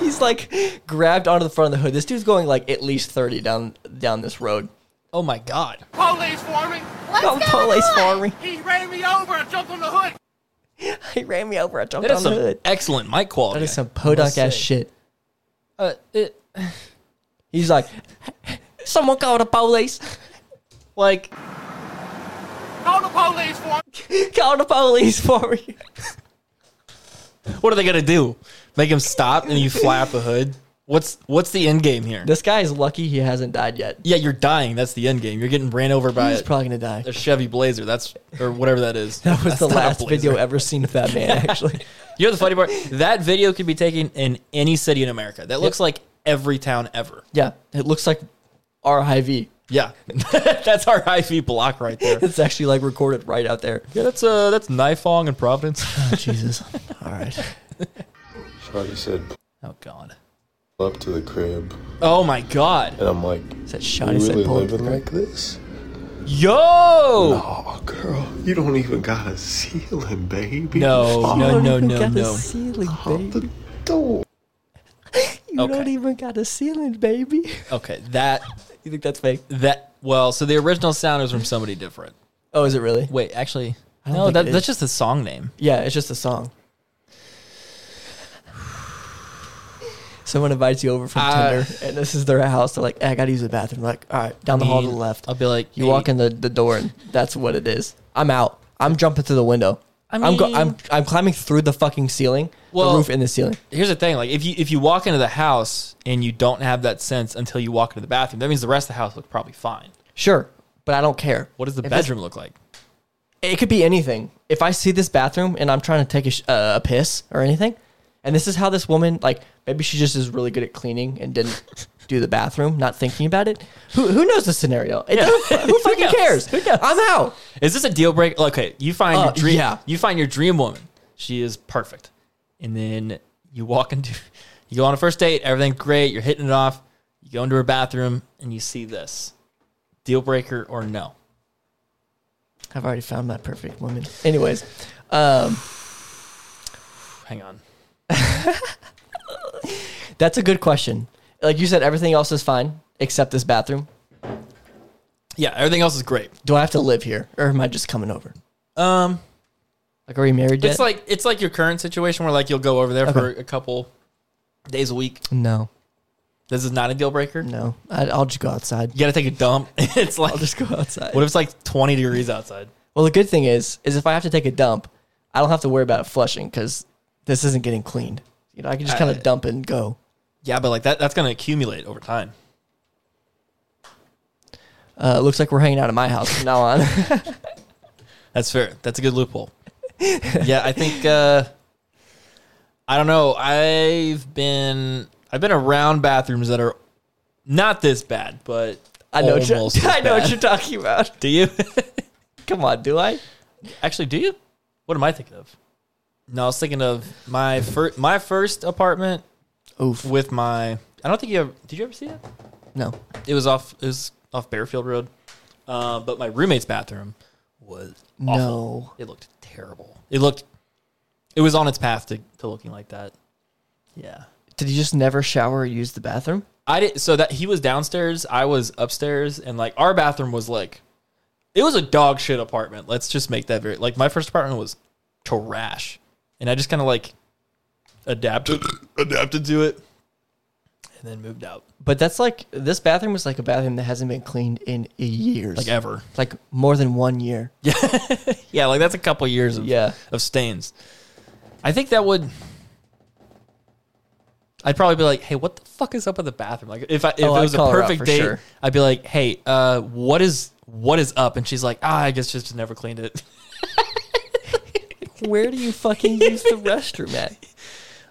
E: He's like grabbed onto the front of the hood. This dude's going like at least thirty down down this road. Oh my god.
G: Police for me.
E: What's Don't going police on? for me.
G: He ran me over. I jumped on the hood.
E: He ran me over. I jumped
D: That is
E: on the
D: some
E: hood.
D: excellent mic quality.
E: That is some podunk ass shit.
D: Uh, it,
E: He's like, someone call the police. Like,
G: Call the police for me.
E: call the police for me.
D: what are they gonna do? Make him stop and you fly out the hood? What's what's the end game here?
E: This guy is lucky he hasn't died yet.
D: Yeah, you're dying. That's the end game. You're getting ran over by
E: He's probably gonna die.
D: a Chevy Blazer. That's or whatever that is.
E: That was
D: That's
E: the
D: not a
E: last
D: Blazer.
E: video ever seen of that man. Actually,
D: You know the funny part? That video could be taken in any city in America. That looks like every town ever.
E: yeah, it looks like RIV.
D: Yeah, that's our IV block right there.
E: It's actually like recorded right out there.
D: Yeah, that's uh, that's Nifong and Providence.
E: Jesus. All right.
I: Shawty said,
D: "Oh God."
I: Up to the crib,
D: Oh my God.
I: and I'm like,
E: "Is that
I: you
E: Shawty said
I: really
E: pull up to
I: living
E: the crib?"
I: like this?
D: Yo,
I: oh girl, you don't even got a ceiling, baby.
D: No, no, no, no, no.
E: Ceiling, baby.
I: Door.
E: You don't even got a ceiling, baby.
D: Okay, that.
E: You think that's fake?
D: That well, so the original sound is from somebody different.
E: Oh, is it really?
D: Wait, actually,
E: I don't
D: no.
E: think
D: That,
E: it is.
D: that's just the song name.
E: Yeah, it's just a song. Someone invites you over from
D: Uh,
E: Tinder, and this is their house. They're like, "Hey, "I gotta use the bathroom." like, all right, down the hall to the
D: mean,
E: left.
D: I'll be like,
E: you
D: hey-
E: walk in the, the door, and that's what it is. I'm out. I'm jumping through the window.
D: I
E: I'm go-
D: mean-
E: I'm I'm climbing through the fucking ceiling,
D: Well-
E: the roof, and the ceiling.
D: Here's the thing: like if you if you walk into the house and you don't have that sense until you walk into the bathroom, that means the rest of the house looks probably fine.
E: Sure, but I don't care.
D: What does the
E: If it's-
D: bedroom look like?
E: It could be anything. If I see this bathroom and I'm trying to take a, sh- uh, a piss or anything, and this is how this woman, like, maybe she just is really good at cleaning and didn't do the bathroom, not thinking about it. Who, who knows the scenario? It doesn't- who fucking cares? I'm out.
D: Is this a deal breaker? Okay, you find
E: Uh,
D: your dream.
E: yeah.
D: You find your dream woman. She is perfect, and then you walk into, you go on a first date. Everything's great. You're hitting it off. You go into her bathroom and you see this. Deal breaker or no?
E: I've already found my perfect woman. Anyways, um,
D: Hang on.
E: that's a good question. Like you said, everything else is fine except this bathroom.
D: Yeah, everything else is great.
E: Do I have to live here, or am I just coming over?
D: Um,
E: Like, are we married yet?
D: it's like it's like your current situation where like you'll go over there for
E: Okay.
D: a couple days a week.
E: no,
D: This is not a deal breaker.
E: no. I, I'll just go outside.
D: You gotta take a dump. it's like
E: I'll just go outside.
D: what if it's like 20 degrees outside?
E: Well, the good thing is, is if I have to take a dump, I don't have to worry about flushing because this isn't getting cleaned. You know, I can just kind
D: I-
E: of dump and go.
D: Yeah, but like that that's gonna accumulate over time.
E: Uh, looks like we're hanging out at my house from now on.
D: That's fair. That's a good loophole. yeah, I think uh I don't know. I've been I've been around bathrooms that are not this bad, but
E: I know, what
D: almost
E: you're,
D: as
E: I know what
D: bad.
E: you're talking about.
D: Do you?
E: Come on, do I?
D: Actually, do you? What am I thinking of? No, I was thinking of my first my first apartment
E: Oof.
D: with my I don't think you ever did you ever see that?
E: No.
D: It was off it was off Bearfield Road. Uh, but my roommate's bathroom was awful.
E: No.
D: It looked terrible. It looked it was on its path to, to looking like that. Yeah.
E: Did you just never shower or use the bathroom?
D: I did so that he was downstairs, I was upstairs, and like our bathroom was like it was a dog shit apartment. Let's just make that very like my first apartment was trash. And I just kinda like adapted adapted to it and then moved out.
E: But that's like this bathroom was like a bathroom that hasn't been cleaned in years,
D: Like ever.
E: like more than one year.
D: Yeah. yeah, like that's a couple years of
E: Yeah.
D: of stains. I think that would I'd probably be like, "Hey, what the fuck is up with the bathroom?" Like if I if
E: Oh,
D: it
E: I'd
D: was a
E: call her out
D: perfect
E: for
D: date,
E: sure.
D: I'd be like, "Hey, uh what is what is up?" And she's like, "Ah, I guess just never cleaned it."
E: Where do you fucking use the restroom at?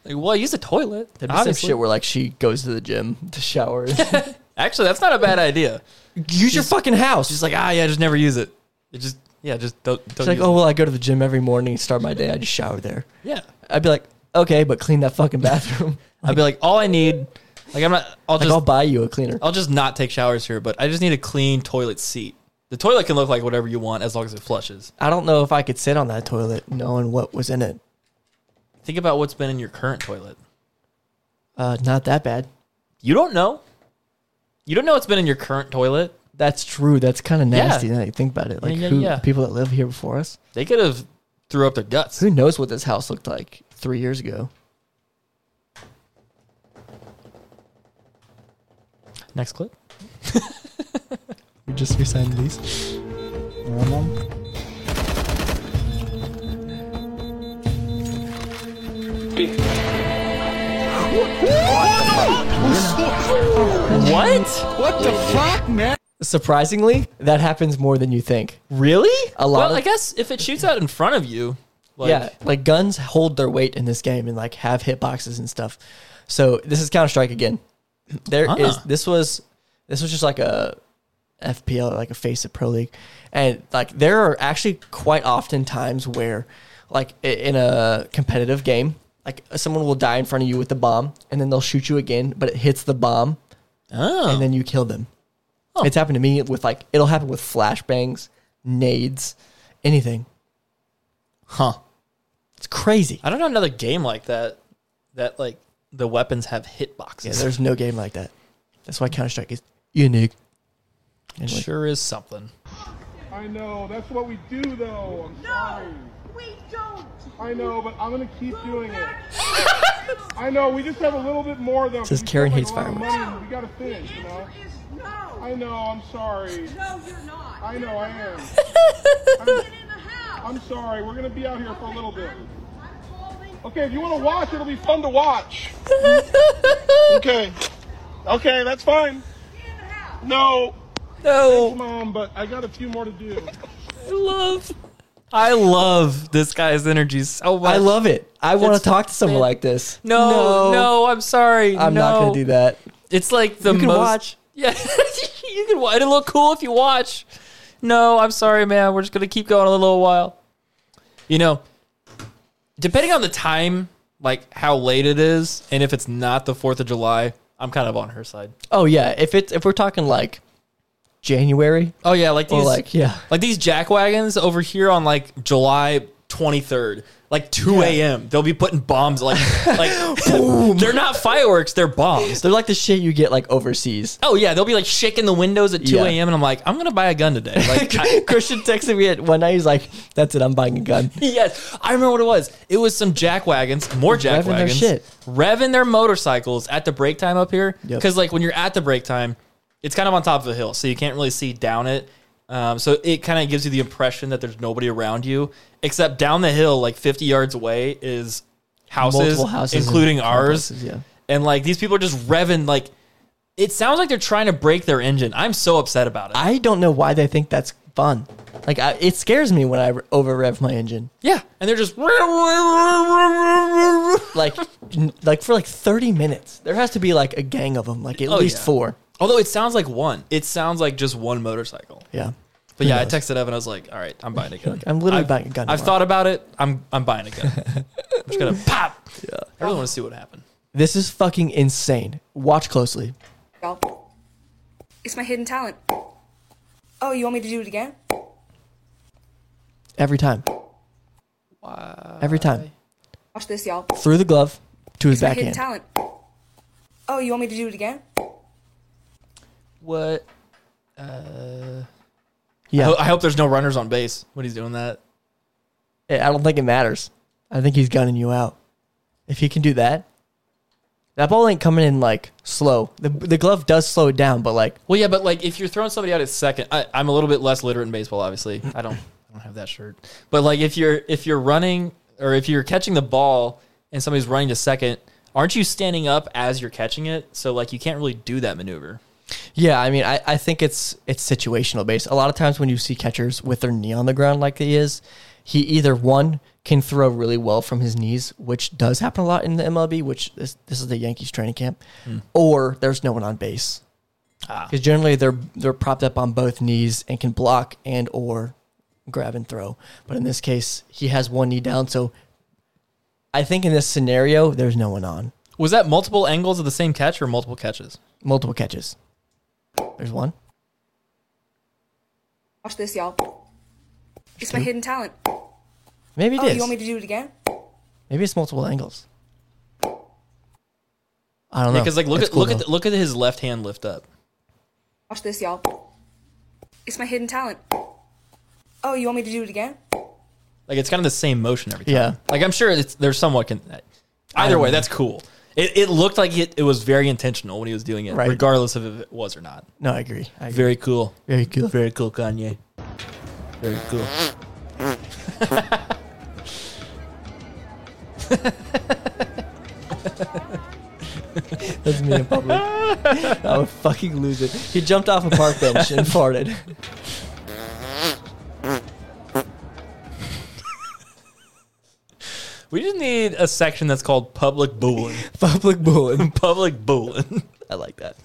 D: like, "Well, I use the toilet."
E: There'd be
D: obviously.
E: some shit where like she goes to the gym to shower. use
D: Actually, that's not a bad idea.
E: your fucking house.
D: She's like, "Ah, yeah, just never use it." It just yeah, just don't don't
E: It's like,
D: use
E: oh
D: it."
E: well, I go to the gym every morning and start my day. I just shower there.
D: Yeah.
E: I'd be like, okay, but clean that fucking bathroom.
D: I'd be like, "All I need like I'm not I'll
E: like,
D: just
E: I'll buy you a cleaner.
D: I'll just not take showers here, but I just need a clean toilet seat. The toilet can look like whatever you want as long as it flushes.
E: I don't know if I could sit on that toilet knowing what was in it.
D: Think about what's been in your current toilet.
E: Uh, not that bad.
D: You don't know. You don't know what's been in your current toilet.
E: That's true. That's kind of
D: Yeah.
E: nasty. Now that you think about it,
D: Yeah,
E: like
D: yeah,
E: who
D: yeah.
E: the people that live here before us.
D: They could have threw up their guts.
E: Who knows what this house looked like three years ago?
D: Next clip.
E: We just resigned these.
D: What?
G: What the fuck, man?
E: Surprisingly, that happens more than you think.
D: Really?
E: A lot.
D: Well,
E: of,
D: I guess if it shoots out in front of you, like,
E: yeah, like guns hold their weight in this game and like have hitboxes and stuff. So this is Counter Strike again. There is
D: Ah.
E: this was this was just like a FPL like a face at Pro League, and like there are actually quite often times where like i- in a competitive game, like someone will die in front of you with the bomb, and then they'll shoot you again, but it hits the bomb,
D: oh.
E: and then you kill them. It's happened to me with like it'll happen with flashbangs, nades, anything.
D: Huh.
E: It's crazy.
D: I don't know another game like that. That like the weapons have hitboxes.
E: Yeah, there's no game like that. That's why Counter Strike is unique.
D: It
E: Anyway.
D: sure is something.
J: I know. That's what we do, though. I'm sorry. we don't. I know, but I'm gonna keep doing it. I know. We just have a little bit more, though.
E: Says
J: We
E: Karen
J: spent,
E: hates
J: like, a lot of
E: fireworks.
J: money and We gotta finish, you know. I know. I'm sorry. No, you're not. I know. I am. I'm, I'm sorry. We're gonna be out here for a little bit. Okay, if you want to watch, it'll be fun to watch. okay. Okay, that's fine. No.
D: No.
J: Thanks, Mom, but I got a few more to do.
D: love. I love this guy's energy so much.
E: I love it. I want to
D: It's-
E: talk to someone
D: man.
E: like this.
D: No, no, I'm sorry.
E: I'm not
D: no.
E: gonna do that.
D: It's like the
E: You can
D: most.
E: watch.
D: Yeah, you can. wa- It'll look cool if you watch. No, I'm sorry, man. We're just gonna keep going a little while. You know, depending on the time, like how late it is, and if it's not the Fourth of July, I'm kind of on her side.
E: Oh yeah, if it's if we're talking like January,
D: Oh yeah, like
E: Or,
D: these,
E: like, yeah.
D: like these jack wagons over here on like July 23rd, like 2 a.m. They'll be putting bombs like like they're not fireworks, they're bombs.
E: they're like the shit you get like overseas.
D: Oh yeah, they'll be like shaking the windows at 2
E: Yeah.
D: a.m. and I'm like, I'm gonna buy a gun today. Like, I,
E: Christian texted me at one night. He's like, "That's it. I'm buying a gun."
D: yes, I remember what it was. It was some jack wagons, more jack
E: Revving their
D: wagons,
E: shit.
D: revving their motorcycles at the break time up here.
E: Yep.
D: Because like when you're at the break time, it's kind of on top of a hill, so you can't really see down it. Um, so it kind of gives you the impression that there's nobody around you, except down the hill, like 50 yards away, is houses,
E: Multiple houses and
D: including ours.
E: complexes, yeah.
D: And like these people are just revving. Like it sounds like they're trying to break their engine. I'm so upset about it.
E: I don't know why they think that's fun. Like, I, it scares me when I over rev my engine.
D: Yeah, and they're just
E: Like, n- like for like 30 minutes, there has to be like a gang of them, like at
D: Oh,
E: least
D: yeah.
E: four.
D: Although it sounds like one. It sounds like just one motorcycle.
E: Yeah.
D: But
E: Who
D: yeah, I
E: knows?
D: texted Evan. I was like, "All right, I'm buying a gun.
E: I'm literally
D: I've-
E: buying a gun
D: I've
E: tomorrow.
D: thought about it. I'm I'm buying a gun. I'm just gonna pop. Yeah. I really want to see what happens.
E: This is fucking insane. Watch closely.
F: Y'all. It's my hidden talent. Oh, you want me to do it again?
E: Every time. Every time.
F: Watch this, y'all.
E: Through the glove to
F: It's
E: his
F: my hidden
E: backhand.
F: talent. Oh, you want me to do it again?
D: What? Uh,
E: Yeah.
D: I, ho- Oh, I hope there's no runners on base when he's doing that.
E: I don't think it matters. I think he's gunning you out. If he can do that, that ball ain't coming in like slow. The, the glove does slow it down, but like,
D: Well, yeah, but like if you're throwing somebody out at second, I, I'm a little bit less literate in baseball. Obviously, I don't I don't have that shirt. But like if you're if you're running or if you're catching the ball and somebody's running to second, aren't you standing up as you're catching it? So like you can't really do that maneuver.
E: Yeah, I mean, I, I think it's it's situational based. A lot of times when you see catchers with their knee on the ground like he is, he either one can throw really well from his knees, which does happen a lot in the MLB, which this, this is the Yankees training camp,
D: Hmm.
E: or there's no one on base.
D: Ah.
E: Because generally they're they're propped up on both knees and can block and or grab and throw. But in this case, he has one knee down, so I think in this scenario there's no one on.
D: Was that multiple angles of the same catch or multiple catches?
E: Multiple catches. There's one.
F: Watch this, y'all. It's my
E: two?
F: hidden talent.
E: Maybe it
F: oh,
E: is.
F: you want me to do it again?
E: Maybe it's multiple angles. I don't know.
D: Because like look
E: It's
D: at
E: cool,
D: look at
E: though.
D: the, look at his left hand lift up.
F: Watch this, y'all. It's my hidden talent. Oh, you want me to do it again?
D: Like it's kind of the same motion every time.
E: Yeah.
D: Like I'm sure it's they're somewhat. Con- either way, that's cool. It, it looked like it, it was very intentional when he was doing it,
E: Right.
D: regardless of if it was or not.
E: No, I agree. I agree.
D: Very cool.
E: Very cool.
D: Very cool, Kanye. Very cool.
E: That's me in public. I would fucking lose it. He jumped off a park bench and farted.
D: We just need a section that's called public booling.
E: public booling.
D: public booling.
E: I like that.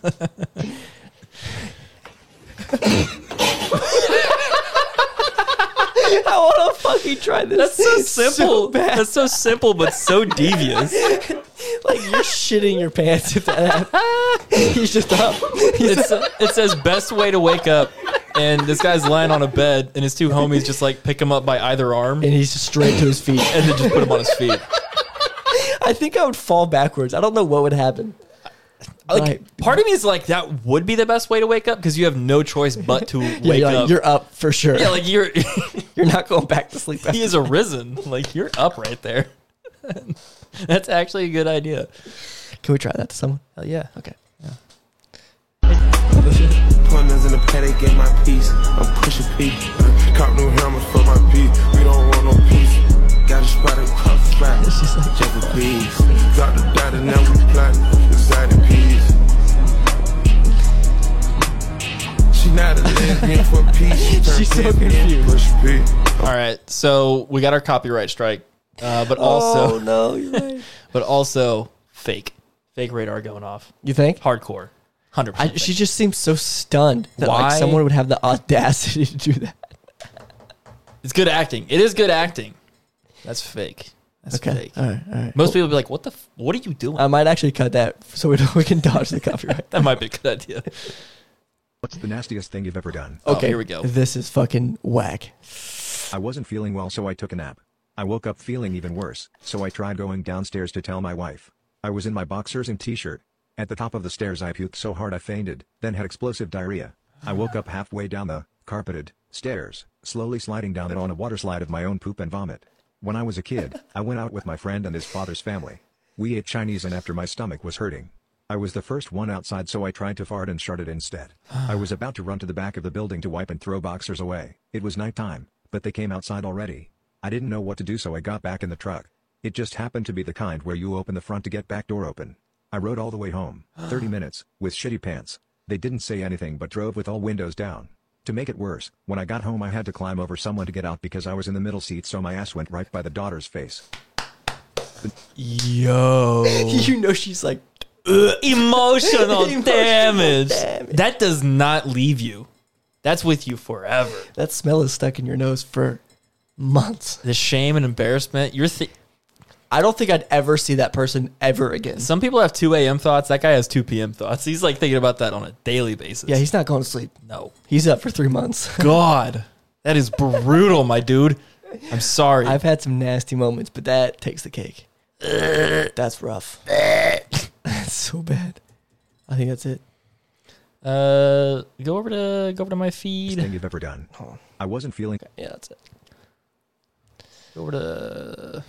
E: I want to fucking try this.
D: That's so
E: so
D: simple.
E: bad.
D: that's so simple, but so devious.
E: like you're shitting your pants if that happens. He's just up.
D: It's, it says best way to wake up, and this guy's lying on a bed, and his two homies just like pick him up by either arm,
E: and he's just straight to his feet,
D: and then just put him on his feet.
E: I think I would fall backwards. I don't know what would happen.
D: Like
E: Right.
D: part of me is like that would be the best way to wake up because you have no choice but to
E: Yeah,
D: wake
E: you're, like,
D: up.
E: you're up for sure.
D: yeah, like you're
E: you're not going back to sleep.
D: he is arisen. Like you're up right there. That's actually a good idea.
E: Can we try that to someone?
D: Hell yeah.
E: Okay.
K: Appointments in the paddock, get my piece. I'm pushing P. Cop new helmets for my P. We don't want no peace. Got a spot in cup spot. Check the bees. Drop the dot and now we plotting. Exotic peas. She not a lesbian for peace. She turned
D: She's so
K: confused. Push P.
D: All right, so we got our copyright strike, uh, but also
E: Oh, no, you're right.
D: but also fake, fake radar going off.
E: You think?
D: Hardcore, hundred
E: I,
D: percent.
E: she just seems so stunned that like
D: Why?
E: someone would have the audacity to do that.
D: It's good acting. It is good acting. That's fake. That's
E: Okay.
D: fake.
E: All right, all right.
D: Most people would be like, "What the? F- what are you doing?"
E: I might actually cut that so we, don't, we can dodge the copyright.
D: that might be a good idea.
B: What's the nastiest thing you've ever done?
E: Okay, This is fucking whack.
B: I wasn't feeling well, so I took a nap. I woke up feeling even worse, so I tried going downstairs to tell my wife. I was in my boxers and t shirt. At the top of the stairs, I puked so hard I fainted, then had explosive diarrhea. I woke up halfway down the carpeted stairs, slowly sliding down it on a water slide of my own poop and vomit. When I was a kid, I went out with my friend and his father's family. We ate Chinese, and after my stomach was hurting, I was the first one outside, so I tried to fart and sharted instead. I was about to run to the back of the building to wipe and throw boxers away. It was nighttime, but they came outside already. I didn't know what to do, so I got back in the truck. It just happened to be the kind where you open the front to get back door open. I rode all the way home, 30 minutes, with shitty pants. They didn't say anything but drove with all windows down. To make it worse, when I got home, I had to climb over someone to get out because I was in the middle seat, so my ass went right by the daughter's face.
D: Yo,
E: you know she's like
D: emotional
E: Emotional
D: damage.
E: damage.
D: That does not leave you. That's with you forever.
E: that smell is stuck in your nose for months.
D: The shame and embarrassment. You're. Th-
E: I don't think I'd ever see that person ever again.
D: Some people have 2 a.m. thoughts. That guy has 2 p.m. thoughts. He's like thinking about that on a daily basis.
E: Yeah, he's not going to sleep.
D: No.
E: He's up for three months.
D: God, that is brutal, my dude. I'm sorry.
E: I've had some nasty moments, but that takes the cake. that's rough. that's so bad. I think that's it.
D: Uh, go over to go over to my feed.
B: Thing you've ever done. I wasn't feeling.
E: Yeah, that's it.
D: Go over to.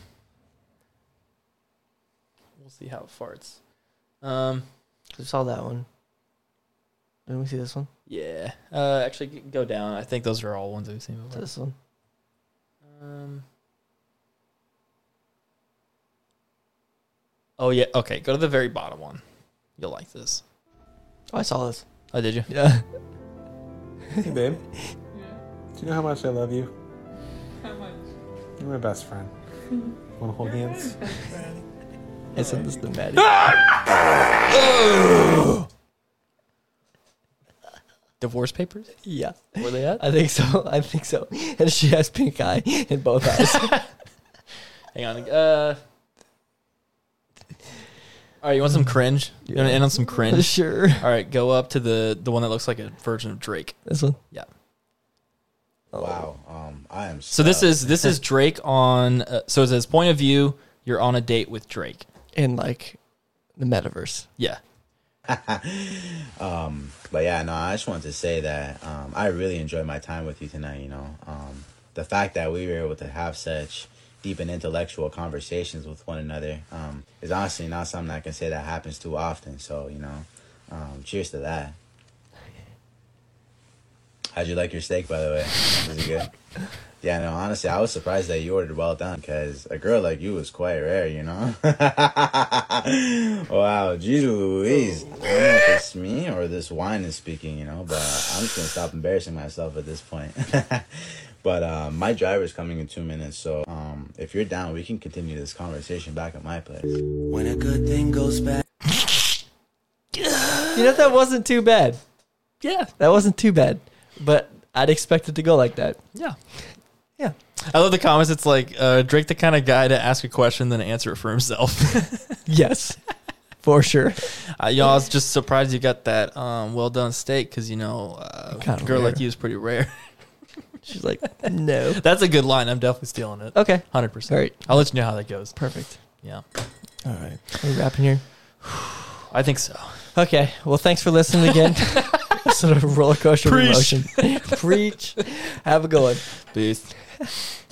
D: We'll see how it farts. Um,
E: I saw that one. Didn't we see this one?
D: Yeah. Uh, actually, g- go down. I think those are all ones we've seen before.
E: This one.
D: Um. Oh yeah. Okay. Go to the very bottom one. You'll like this.
E: Oh, I saw this.
D: Oh, did you?
E: Yeah.
U: Hey, babe. Do you know how much I love you? You're my best friend. Want to hold hands?
E: I sent this to Maddie.
D: Divorce papers?
E: Yeah.
D: Were they at?
E: I think so. I think so. And she has pink eye in both eyes.
D: Hang on. Uh. All right. You want some cringe? You want to end on some cringe?
E: Sure.
D: All right. Go up to the the one that looks like a version of Drake.
E: this one.
D: Yeah.
N: Wow. Um, I am.
D: So this
N: stuck.
D: is this is Drake on. Uh, so it's his point of view. You're on a date with Drake.
E: in like the metaverse.
D: Yeah.
N: um, but yeah, no, I just wanted to say that um, I really enjoyed my time with you tonight. You know, um, the fact that we were able to have such deep and intellectual conversations with one another um, is honestly not something I can say that happens too often. So you know, um, cheers to that. How'd you like your steak, by the way? Was it good? Yeah, no, honestly, I was surprised that you ordered well done because a girl like you is quite rare, you know? wow, geez Louise. I don't know if it's me or this wine is speaking, you know, but I'm just going to stop embarrassing myself at this point. but uh, my driver's coming in two minutes, so um, if you're down, we can continue this conversation back at my place. When a good thing goes bad.
E: You know that wasn't too bad.
D: Yeah.
E: That wasn't too bad, but I'd expect it to go like that.
D: Yeah.
E: Yeah.
D: I love the comments. It's like uh, Drake, the kind of guy to ask a question then answer it for himself.
E: Yes, for sure.
D: uh, y'all, I was just surprised you got that um, well done steak because you know, uh,
E: Kinda
D: girl
E: rare.
D: like you is pretty rare.
E: She's like, no.
D: That's a good line. I'm definitely stealing it.
E: Okay.
D: hundred percent.
E: All right.
D: I'll let you know how that goes.
E: Perfect.
D: Yeah,
E: All right. Are we wrapping here?
D: I think so.
E: Okay. Well, thanks for listening again. sort of roller coaster of
D: Preach.
E: emotion. Preach. Have a good one.
D: Peace.